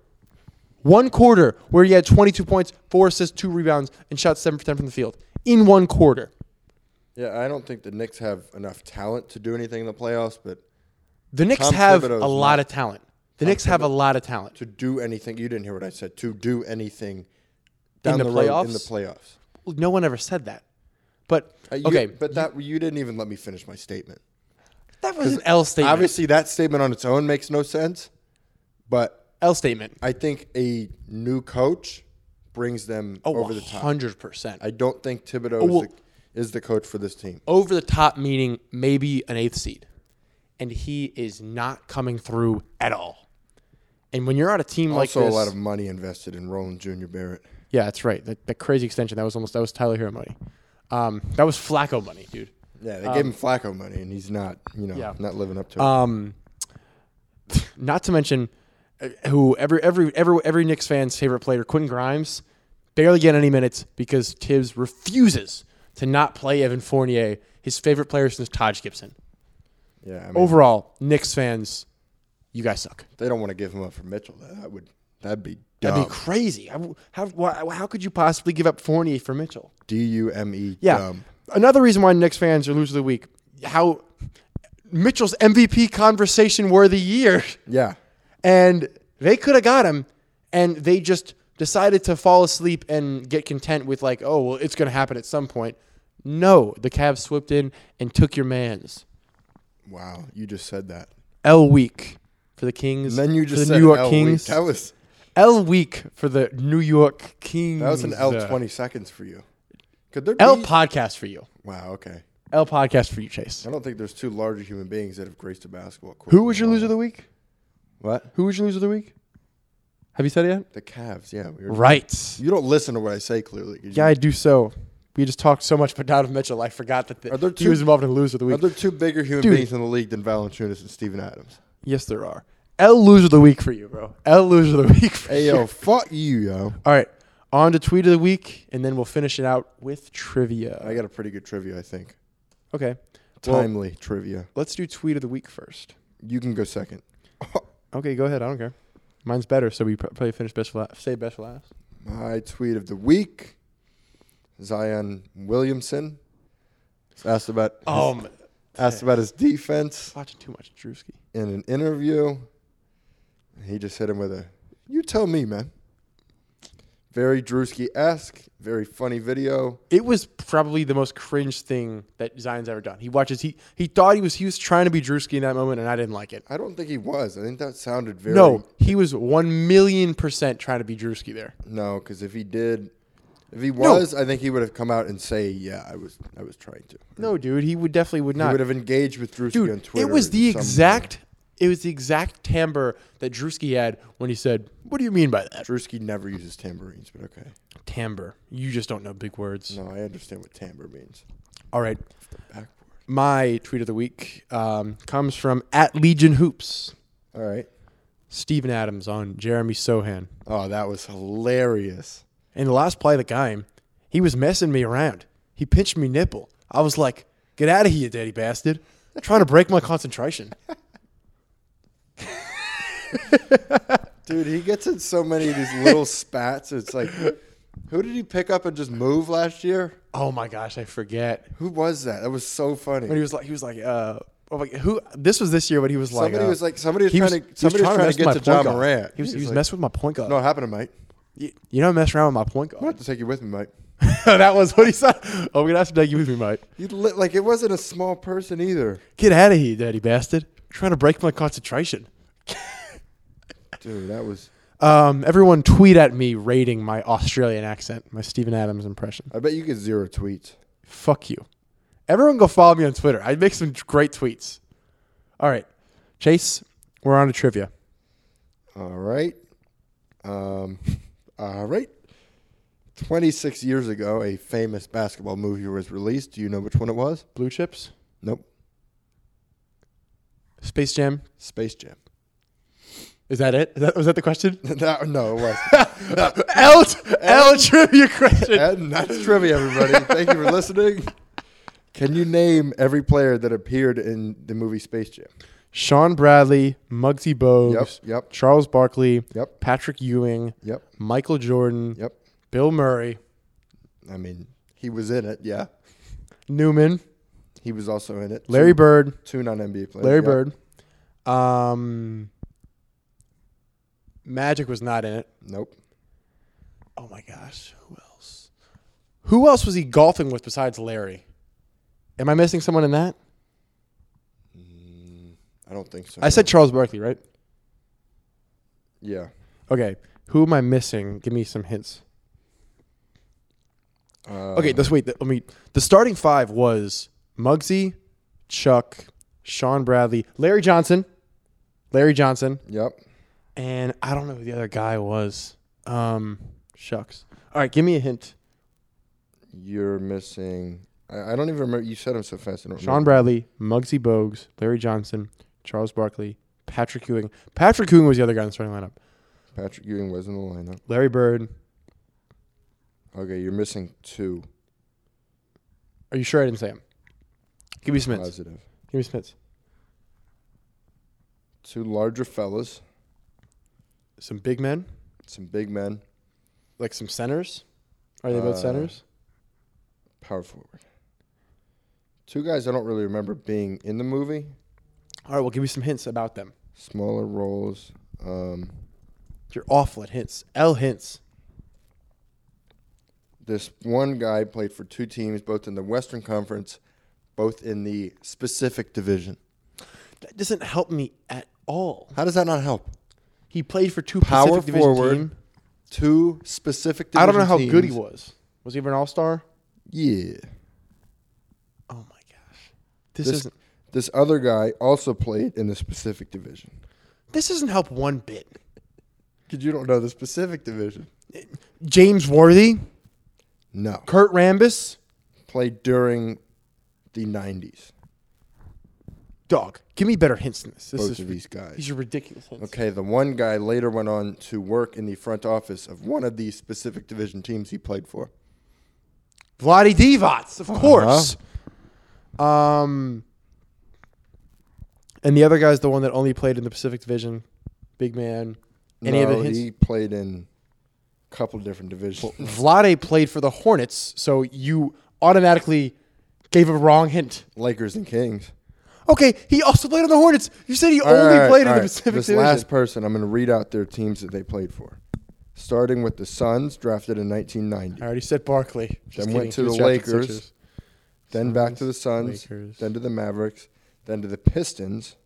[SPEAKER 2] One quarter where he had 22 points, four assists, two rebounds, and shot seven for 10 from the field in one quarter.
[SPEAKER 1] Yeah, I don't think the Knicks have enough talent to do anything in the playoffs, but
[SPEAKER 2] The Knicks
[SPEAKER 1] Tom
[SPEAKER 2] have
[SPEAKER 1] Thibodeau's
[SPEAKER 2] a lot
[SPEAKER 1] not-
[SPEAKER 2] of talent. The Knicks have a lot of talent.
[SPEAKER 1] to do anything, you didn't hear what I said. To do anything
[SPEAKER 2] In
[SPEAKER 1] down
[SPEAKER 2] the
[SPEAKER 1] the, road in the
[SPEAKER 2] playoffs?
[SPEAKER 1] playoffs.
[SPEAKER 2] No one ever said that. But
[SPEAKER 1] Uh, you-
[SPEAKER 2] okay,
[SPEAKER 1] but that you didn't even let me finish my statement.
[SPEAKER 2] that was an L statement.
[SPEAKER 1] Obviously, that statement on its own makes no sense, but
[SPEAKER 2] L statement.
[SPEAKER 1] I think a new coach brings them
[SPEAKER 2] Oh,
[SPEAKER 1] over the top.
[SPEAKER 2] 100%.
[SPEAKER 1] I don't think Thibodeau
[SPEAKER 2] well- Oh,
[SPEAKER 1] is, the, is the coach for this team.
[SPEAKER 2] over the top meaning maybe an eighth seed. And he is not coming through at all. And when you're on a team like
[SPEAKER 1] also,
[SPEAKER 2] this,
[SPEAKER 1] a lot of money invested in Roland Jr. Barrett.
[SPEAKER 2] Yeah, that's right. That, that crazy extension. That was almost that was Tyler Hero money. Um, that was Flacco money, dude.
[SPEAKER 1] Yeah, they gave him Flacco money, and he's not, you know,
[SPEAKER 2] Yeah.
[SPEAKER 1] Um, not living up to
[SPEAKER 2] Um, not to mention uh, who every every every every Knicks fan's favorite player, Quentin Grimes, barely getting any minutes because Tibbs refuses to not play Evan Fournier, his favorite player since Taj Gibson.
[SPEAKER 1] it.
[SPEAKER 2] oh.
[SPEAKER 1] Yeah, I mean,
[SPEAKER 2] Overall, Knicks fans, you guys suck.
[SPEAKER 1] they don't want to give him up for Mitchell. That would that'd be
[SPEAKER 2] That'd
[SPEAKER 1] dumb.
[SPEAKER 2] be crazy. I w- How, why, how could you possibly give up Fournier for Mitchell?
[SPEAKER 1] D U M E.
[SPEAKER 2] Yeah.
[SPEAKER 1] dumb.
[SPEAKER 2] Another reason why Knicks fans are losing the week. How Mitchell's MVP conversation were the year,
[SPEAKER 1] yeah,
[SPEAKER 2] and they could have got him, and they just decided to fall asleep and get content with like, oh well, it's going to happen at some point. No, the Cavs swooped in and took your man's.
[SPEAKER 1] wow, you just said that.
[SPEAKER 2] L week for the Kings.
[SPEAKER 1] And then you
[SPEAKER 2] for
[SPEAKER 1] just
[SPEAKER 2] the
[SPEAKER 1] said
[SPEAKER 2] New York
[SPEAKER 1] L week.
[SPEAKER 2] Kings.
[SPEAKER 1] That was
[SPEAKER 2] L week for the New York Kings. Uh,
[SPEAKER 1] that was an L twenty seconds for you. Could there
[SPEAKER 2] L
[SPEAKER 1] be?
[SPEAKER 2] podcast for you.
[SPEAKER 1] wow, okay.
[SPEAKER 2] L podcast for you, Chase.
[SPEAKER 1] I don't think there's two larger human beings that have graced a basketball court.
[SPEAKER 2] Who was your loser of the week?
[SPEAKER 1] What?
[SPEAKER 2] Who was your loser of the week? Have you said it yet?
[SPEAKER 1] The Cavs. Yeah, we were,
[SPEAKER 2] Right.
[SPEAKER 1] You don't listen to what I say clearly. 'cause you-
[SPEAKER 2] Yeah, I do so. We just talked so much about Donovan Mitchell. I forgot that the,
[SPEAKER 1] Are there
[SPEAKER 2] he
[SPEAKER 1] two-
[SPEAKER 2] was involved in the loser of the
[SPEAKER 1] Are
[SPEAKER 2] week.
[SPEAKER 1] there two bigger human
[SPEAKER 2] Dude.
[SPEAKER 1] beings in the league than Valanciunas and Steven Adams?
[SPEAKER 2] yes, there are. L loser of the week for you, bro. L loser of the week for
[SPEAKER 1] Hey
[SPEAKER 2] you.
[SPEAKER 1] yo, fuck you, yo.
[SPEAKER 2] All right. On to tweet of the week, and then we'll finish it out with trivia.
[SPEAKER 1] I got a pretty good trivia, I think.
[SPEAKER 2] okay. Well,
[SPEAKER 1] Timely trivia.
[SPEAKER 2] let's do tweet of the week first.
[SPEAKER 1] You can go second.
[SPEAKER 2] Okay, go ahead. I don't care. Mine's better, so we pr- probably finish best for last. Say best for last.
[SPEAKER 1] My tweet of the week, Zion Williamson. He's asked about
[SPEAKER 2] Um,
[SPEAKER 1] asked about his defense
[SPEAKER 2] watching too much Drewski.
[SPEAKER 1] in an interview. He just hit him with a you tell me, man. Very Drewski esque, very funny video.
[SPEAKER 2] it was probably the most cringe thing that Zion's ever done. He watches he he thought he was he was trying to be Drewski in that moment, and I didn't like it.
[SPEAKER 1] I don't think he was. I think that sounded very
[SPEAKER 2] No, he was one million percent trying to be Drewski there.
[SPEAKER 1] No, because if he did, if he was, I think he would have come out and say, "Yeah, I was, I was trying to."
[SPEAKER 2] No, dude, he would definitely would
[SPEAKER 1] he
[SPEAKER 2] not.
[SPEAKER 1] would have engaged with Drewski on
[SPEAKER 2] dude,
[SPEAKER 1] Twitter.
[SPEAKER 2] it was
[SPEAKER 1] in
[SPEAKER 2] the
[SPEAKER 1] some
[SPEAKER 2] exact it was the exact timbre that Drewski had when he said, "What do you mean by that?"
[SPEAKER 1] way. Drewski never uses tambourines, but okay.
[SPEAKER 2] Timbre. You just don't know big words.
[SPEAKER 1] No, I understand what tambour means.
[SPEAKER 2] All right,
[SPEAKER 1] Backboard.
[SPEAKER 2] my tweet of the week um, comes from at Legion Hoops.
[SPEAKER 1] All right.
[SPEAKER 2] Steven Adams on Jeremy Sohan.
[SPEAKER 1] Oh, that was hilarious.
[SPEAKER 2] In the last play of the game, he was messing me around. He pinched me nipple. I was like, "Get out of here, daddy bastard!" trying to break my concentration.
[SPEAKER 1] Dude, he gets in so many of these little spats. It's like, who did he pick up and just move last year?
[SPEAKER 2] Oh my gosh, I forget.
[SPEAKER 1] Who was that? That was so funny.
[SPEAKER 2] But he was like, he was like, uh, oh my, who? This was this year, but he was like,
[SPEAKER 1] Somebody
[SPEAKER 2] uh,
[SPEAKER 1] was like- somebody was
[SPEAKER 2] he
[SPEAKER 1] trying to-
[SPEAKER 2] he
[SPEAKER 1] somebody was trying to
[SPEAKER 2] mess
[SPEAKER 1] get
[SPEAKER 2] with
[SPEAKER 1] to
[SPEAKER 2] my point
[SPEAKER 1] Ja
[SPEAKER 2] guard.
[SPEAKER 1] Morant.
[SPEAKER 2] He was,
[SPEAKER 1] He was
[SPEAKER 2] he was
[SPEAKER 1] like-
[SPEAKER 2] messing with my point guard.
[SPEAKER 1] no, it happened to Mike.
[SPEAKER 2] You, you know, I mess around with my point guard.
[SPEAKER 1] I have to take you with me, Mike.
[SPEAKER 2] that was what he said. Oh, we're gonna have to take you with me, mate.
[SPEAKER 1] You lit, like it wasn't a small person either,
[SPEAKER 2] Get out of here, daddy bastard! trying to break my concentration.
[SPEAKER 1] dude. That was.
[SPEAKER 2] Um, everyone tweet at me rating my Australian accent, my Stephen Adams impression.
[SPEAKER 1] I bet you get zero tweets.
[SPEAKER 2] Fuck you. Everyone go follow me on Twitter. I make some great tweets. All right, Chase, we're on to trivia.
[SPEAKER 1] All right. Um, all right. 26 years ago, a famous basketball movie was released. Do you know which one it was?
[SPEAKER 2] Blue chips,
[SPEAKER 1] Nope.
[SPEAKER 2] Space Jam.
[SPEAKER 1] Space Jam.
[SPEAKER 2] Is that it? Is that, was that the question?
[SPEAKER 1] That- no, it wasn't.
[SPEAKER 2] L, L trivia question.
[SPEAKER 1] and that's trivia, everybody. Thank you for listening. Can you name every player that appeared in the movie Space Jam?
[SPEAKER 2] Sean Bradley, Muggsy Bogues,
[SPEAKER 1] Yep, yep.
[SPEAKER 2] Charles Barkley,
[SPEAKER 1] Yep.
[SPEAKER 2] Patrick Ewing,
[SPEAKER 1] Yep.
[SPEAKER 2] Michael Jordan,
[SPEAKER 1] Yep.
[SPEAKER 2] Bill Murray,
[SPEAKER 1] I mean, he was in it, yeah.
[SPEAKER 2] Newman,
[SPEAKER 1] He was also in it.
[SPEAKER 2] Larry
[SPEAKER 1] Two-
[SPEAKER 2] Bird,
[SPEAKER 1] Two non NBA players.
[SPEAKER 2] Larry
[SPEAKER 1] yep.
[SPEAKER 2] Bird. Um, Magic was not in it.
[SPEAKER 1] Nope.
[SPEAKER 2] Oh my gosh, who else? Who else was he golfing with besides Larry? Am I missing someone in that?
[SPEAKER 1] I don't think so.
[SPEAKER 2] I said Charles Barkley, right?
[SPEAKER 1] yeah.
[SPEAKER 2] Okay. Who am I missing? Give me some hints.
[SPEAKER 1] Uh,
[SPEAKER 2] okay,
[SPEAKER 1] Um,
[SPEAKER 2] this wait. th- Let me. The starting five was Muggsy, Chuck, Sean Bradley, Larry Johnson, Larry Johnson,
[SPEAKER 1] Yep.
[SPEAKER 2] and I don't know who the other guy was. Um, shucks. All right, give me a hint.
[SPEAKER 1] You're missing. I, I don't even remember. You said him so fast. I don't
[SPEAKER 2] Sean
[SPEAKER 1] remember.
[SPEAKER 2] Bradley, Muggsy Bogues, Larry Johnson, Charles Barkley, Patrick Ewing. Patrick Ewing was the other guy in the starting lineup.
[SPEAKER 1] Patrick Ewing was in the lineup.
[SPEAKER 2] Larry Bird.
[SPEAKER 1] Okay, you're missing two.
[SPEAKER 2] Are you sure I didn't say him? Give me some hints.
[SPEAKER 1] Positive.
[SPEAKER 2] Give me some hints.
[SPEAKER 1] Two larger fellas,
[SPEAKER 2] Some big men.
[SPEAKER 1] some big men,
[SPEAKER 2] like some centers? Are they both
[SPEAKER 1] Uh,
[SPEAKER 2] centers?
[SPEAKER 1] power forward. Two guys I don't really remember being in the movie.
[SPEAKER 2] All right, well, give me some hints about them.
[SPEAKER 1] Smaller roles. Um,
[SPEAKER 2] You're awful at hints. L hints.
[SPEAKER 1] this one guy played for two teams, both in the Western Conference, both in the specific division.
[SPEAKER 2] That doesn't help me at all.
[SPEAKER 1] How does that not help?
[SPEAKER 2] He played for two
[SPEAKER 1] Power
[SPEAKER 2] Pacific Division
[SPEAKER 1] forward.
[SPEAKER 2] team.
[SPEAKER 1] Two specific. Division
[SPEAKER 2] I don't know how good he
[SPEAKER 1] teams.
[SPEAKER 2] was. Was he ever an All Star?
[SPEAKER 1] Yeah.
[SPEAKER 2] Oh my gosh, this,
[SPEAKER 1] This,
[SPEAKER 2] isn't.
[SPEAKER 1] this other guy also played in the specific division.
[SPEAKER 2] This doesn't help one bit.
[SPEAKER 1] Cause you don't know the specific division.
[SPEAKER 2] James Worthy,
[SPEAKER 1] No.
[SPEAKER 2] Kurt Rambis,
[SPEAKER 1] Played during the '90s.
[SPEAKER 2] dog. Give me better hints than this. This
[SPEAKER 1] Both
[SPEAKER 2] is
[SPEAKER 1] of these guys.
[SPEAKER 2] These are ridiculous hints.
[SPEAKER 1] Okay, the one guy later went on to work in the front office of one of the specific division teams he played for.
[SPEAKER 2] Vladi Divac,
[SPEAKER 1] Uh-huh.
[SPEAKER 2] of course. Um, and the other guy's the one that only played in the Pacific Division, big man. Any
[SPEAKER 1] no,
[SPEAKER 2] other hints?
[SPEAKER 1] he played in a couple different divisions.
[SPEAKER 2] Vlade played for the Hornets, so you automatically gave a wrong hint.
[SPEAKER 1] Lakers and Kings.
[SPEAKER 2] Okay, he also played on the Hornets. You said he only
[SPEAKER 1] All right,
[SPEAKER 2] played in
[SPEAKER 1] all
[SPEAKER 2] the
[SPEAKER 1] right.
[SPEAKER 2] Pacific
[SPEAKER 1] This
[SPEAKER 2] Division.
[SPEAKER 1] last person, I'm going to read out their teams that they played for. Starting with the Suns, drafted in 1990.
[SPEAKER 2] I already said Barkley. Just
[SPEAKER 1] Then went
[SPEAKER 2] kidding.
[SPEAKER 1] to
[SPEAKER 2] He
[SPEAKER 1] the
[SPEAKER 2] was drafted
[SPEAKER 1] Lakers.
[SPEAKER 2] Sixers.
[SPEAKER 1] Then back to the Suns,
[SPEAKER 2] Lakers.
[SPEAKER 1] then to the Mavericks, then to the Pistons,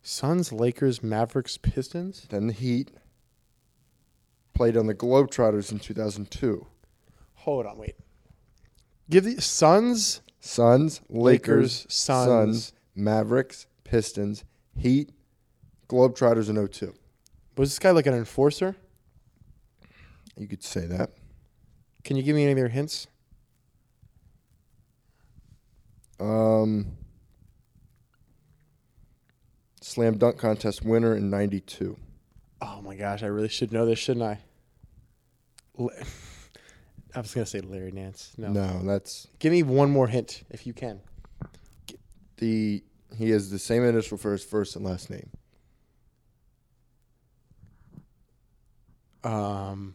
[SPEAKER 2] Suns, Lakers, Mavericks, Pistons.
[SPEAKER 1] then the Heat. Played on the Globetrotters in 2002.
[SPEAKER 2] Hold on, wait. Give the Suns.
[SPEAKER 1] Suns, Lakers,
[SPEAKER 2] Lakers, Suns.
[SPEAKER 1] Mavericks, Pistons, Heat, Globetrotters in 02.
[SPEAKER 2] Was this guy like an enforcer?
[SPEAKER 1] You could say that.
[SPEAKER 2] Can you give me any of their hints?
[SPEAKER 1] Um, slam dunk contest winner in 92.
[SPEAKER 2] Oh my gosh, I really should know this, shouldn't I? La- I was gonna say Larry Nance. No.
[SPEAKER 1] No, that's
[SPEAKER 2] Give me one more hint if you can.
[SPEAKER 1] the he has the same initial for his first and last name.
[SPEAKER 2] Um,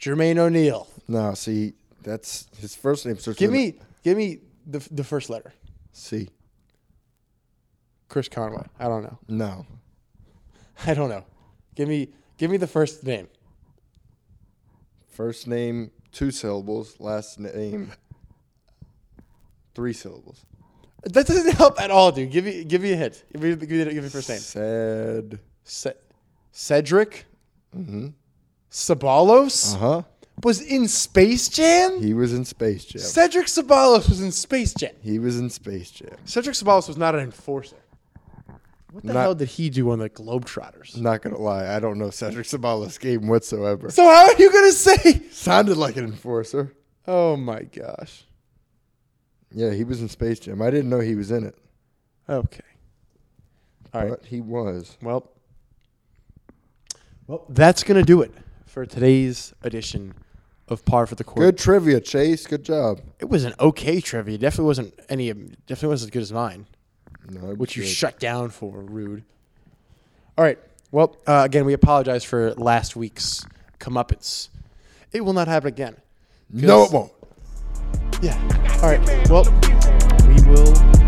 [SPEAKER 2] Jermaine O'Neal.
[SPEAKER 1] No, see, that's his first name. starts
[SPEAKER 2] Give
[SPEAKER 1] with an
[SPEAKER 2] me, give me the the first letter.
[SPEAKER 1] C.
[SPEAKER 2] Chris Conway. I don't know.
[SPEAKER 1] No,
[SPEAKER 2] I don't know. Give me, give me the first name.
[SPEAKER 1] first name two syllables. Last name, three syllables.
[SPEAKER 2] That doesn't help at all, dude. Give me give me a hint. Give me give me, give me first name.
[SPEAKER 1] Sad.
[SPEAKER 2] Ce- Cedric. Sabalos
[SPEAKER 1] Mm-hmm. Uh huh.
[SPEAKER 2] was in Space Jam.
[SPEAKER 1] He was in Space Jam.
[SPEAKER 2] Cedric Sabalos was in Space Jam.
[SPEAKER 1] He was in Space Jam.
[SPEAKER 2] Cedric Sabalos was not an enforcer. What the
[SPEAKER 1] Not-
[SPEAKER 2] hell did he do on the Globetrotters?
[SPEAKER 1] Not gonna lie, I don't know Cedric Sabalas' game whatsoever.
[SPEAKER 2] So how are you gonna say?
[SPEAKER 1] Sounded like an enforcer.
[SPEAKER 2] Oh my gosh.
[SPEAKER 1] Yeah, he was in Space Jam. I didn't know he was in it,
[SPEAKER 2] Okay. All right.
[SPEAKER 1] but he was.
[SPEAKER 2] Well, well, that's gonna do it for today's edition of Par for the Course.
[SPEAKER 1] Good trivia, Chase. Good job.
[SPEAKER 2] It was an okay trivia. Definitely wasn't any. of- Definitely wasn't as good as mine,
[SPEAKER 1] No, it
[SPEAKER 2] which you
[SPEAKER 1] was good.
[SPEAKER 2] shut down for, rude. All right. Well, uh, again, we apologize for last week's comeuppance. It will not happen again.
[SPEAKER 1] No, it won't.
[SPEAKER 2] Yeah. All right. Well, we will.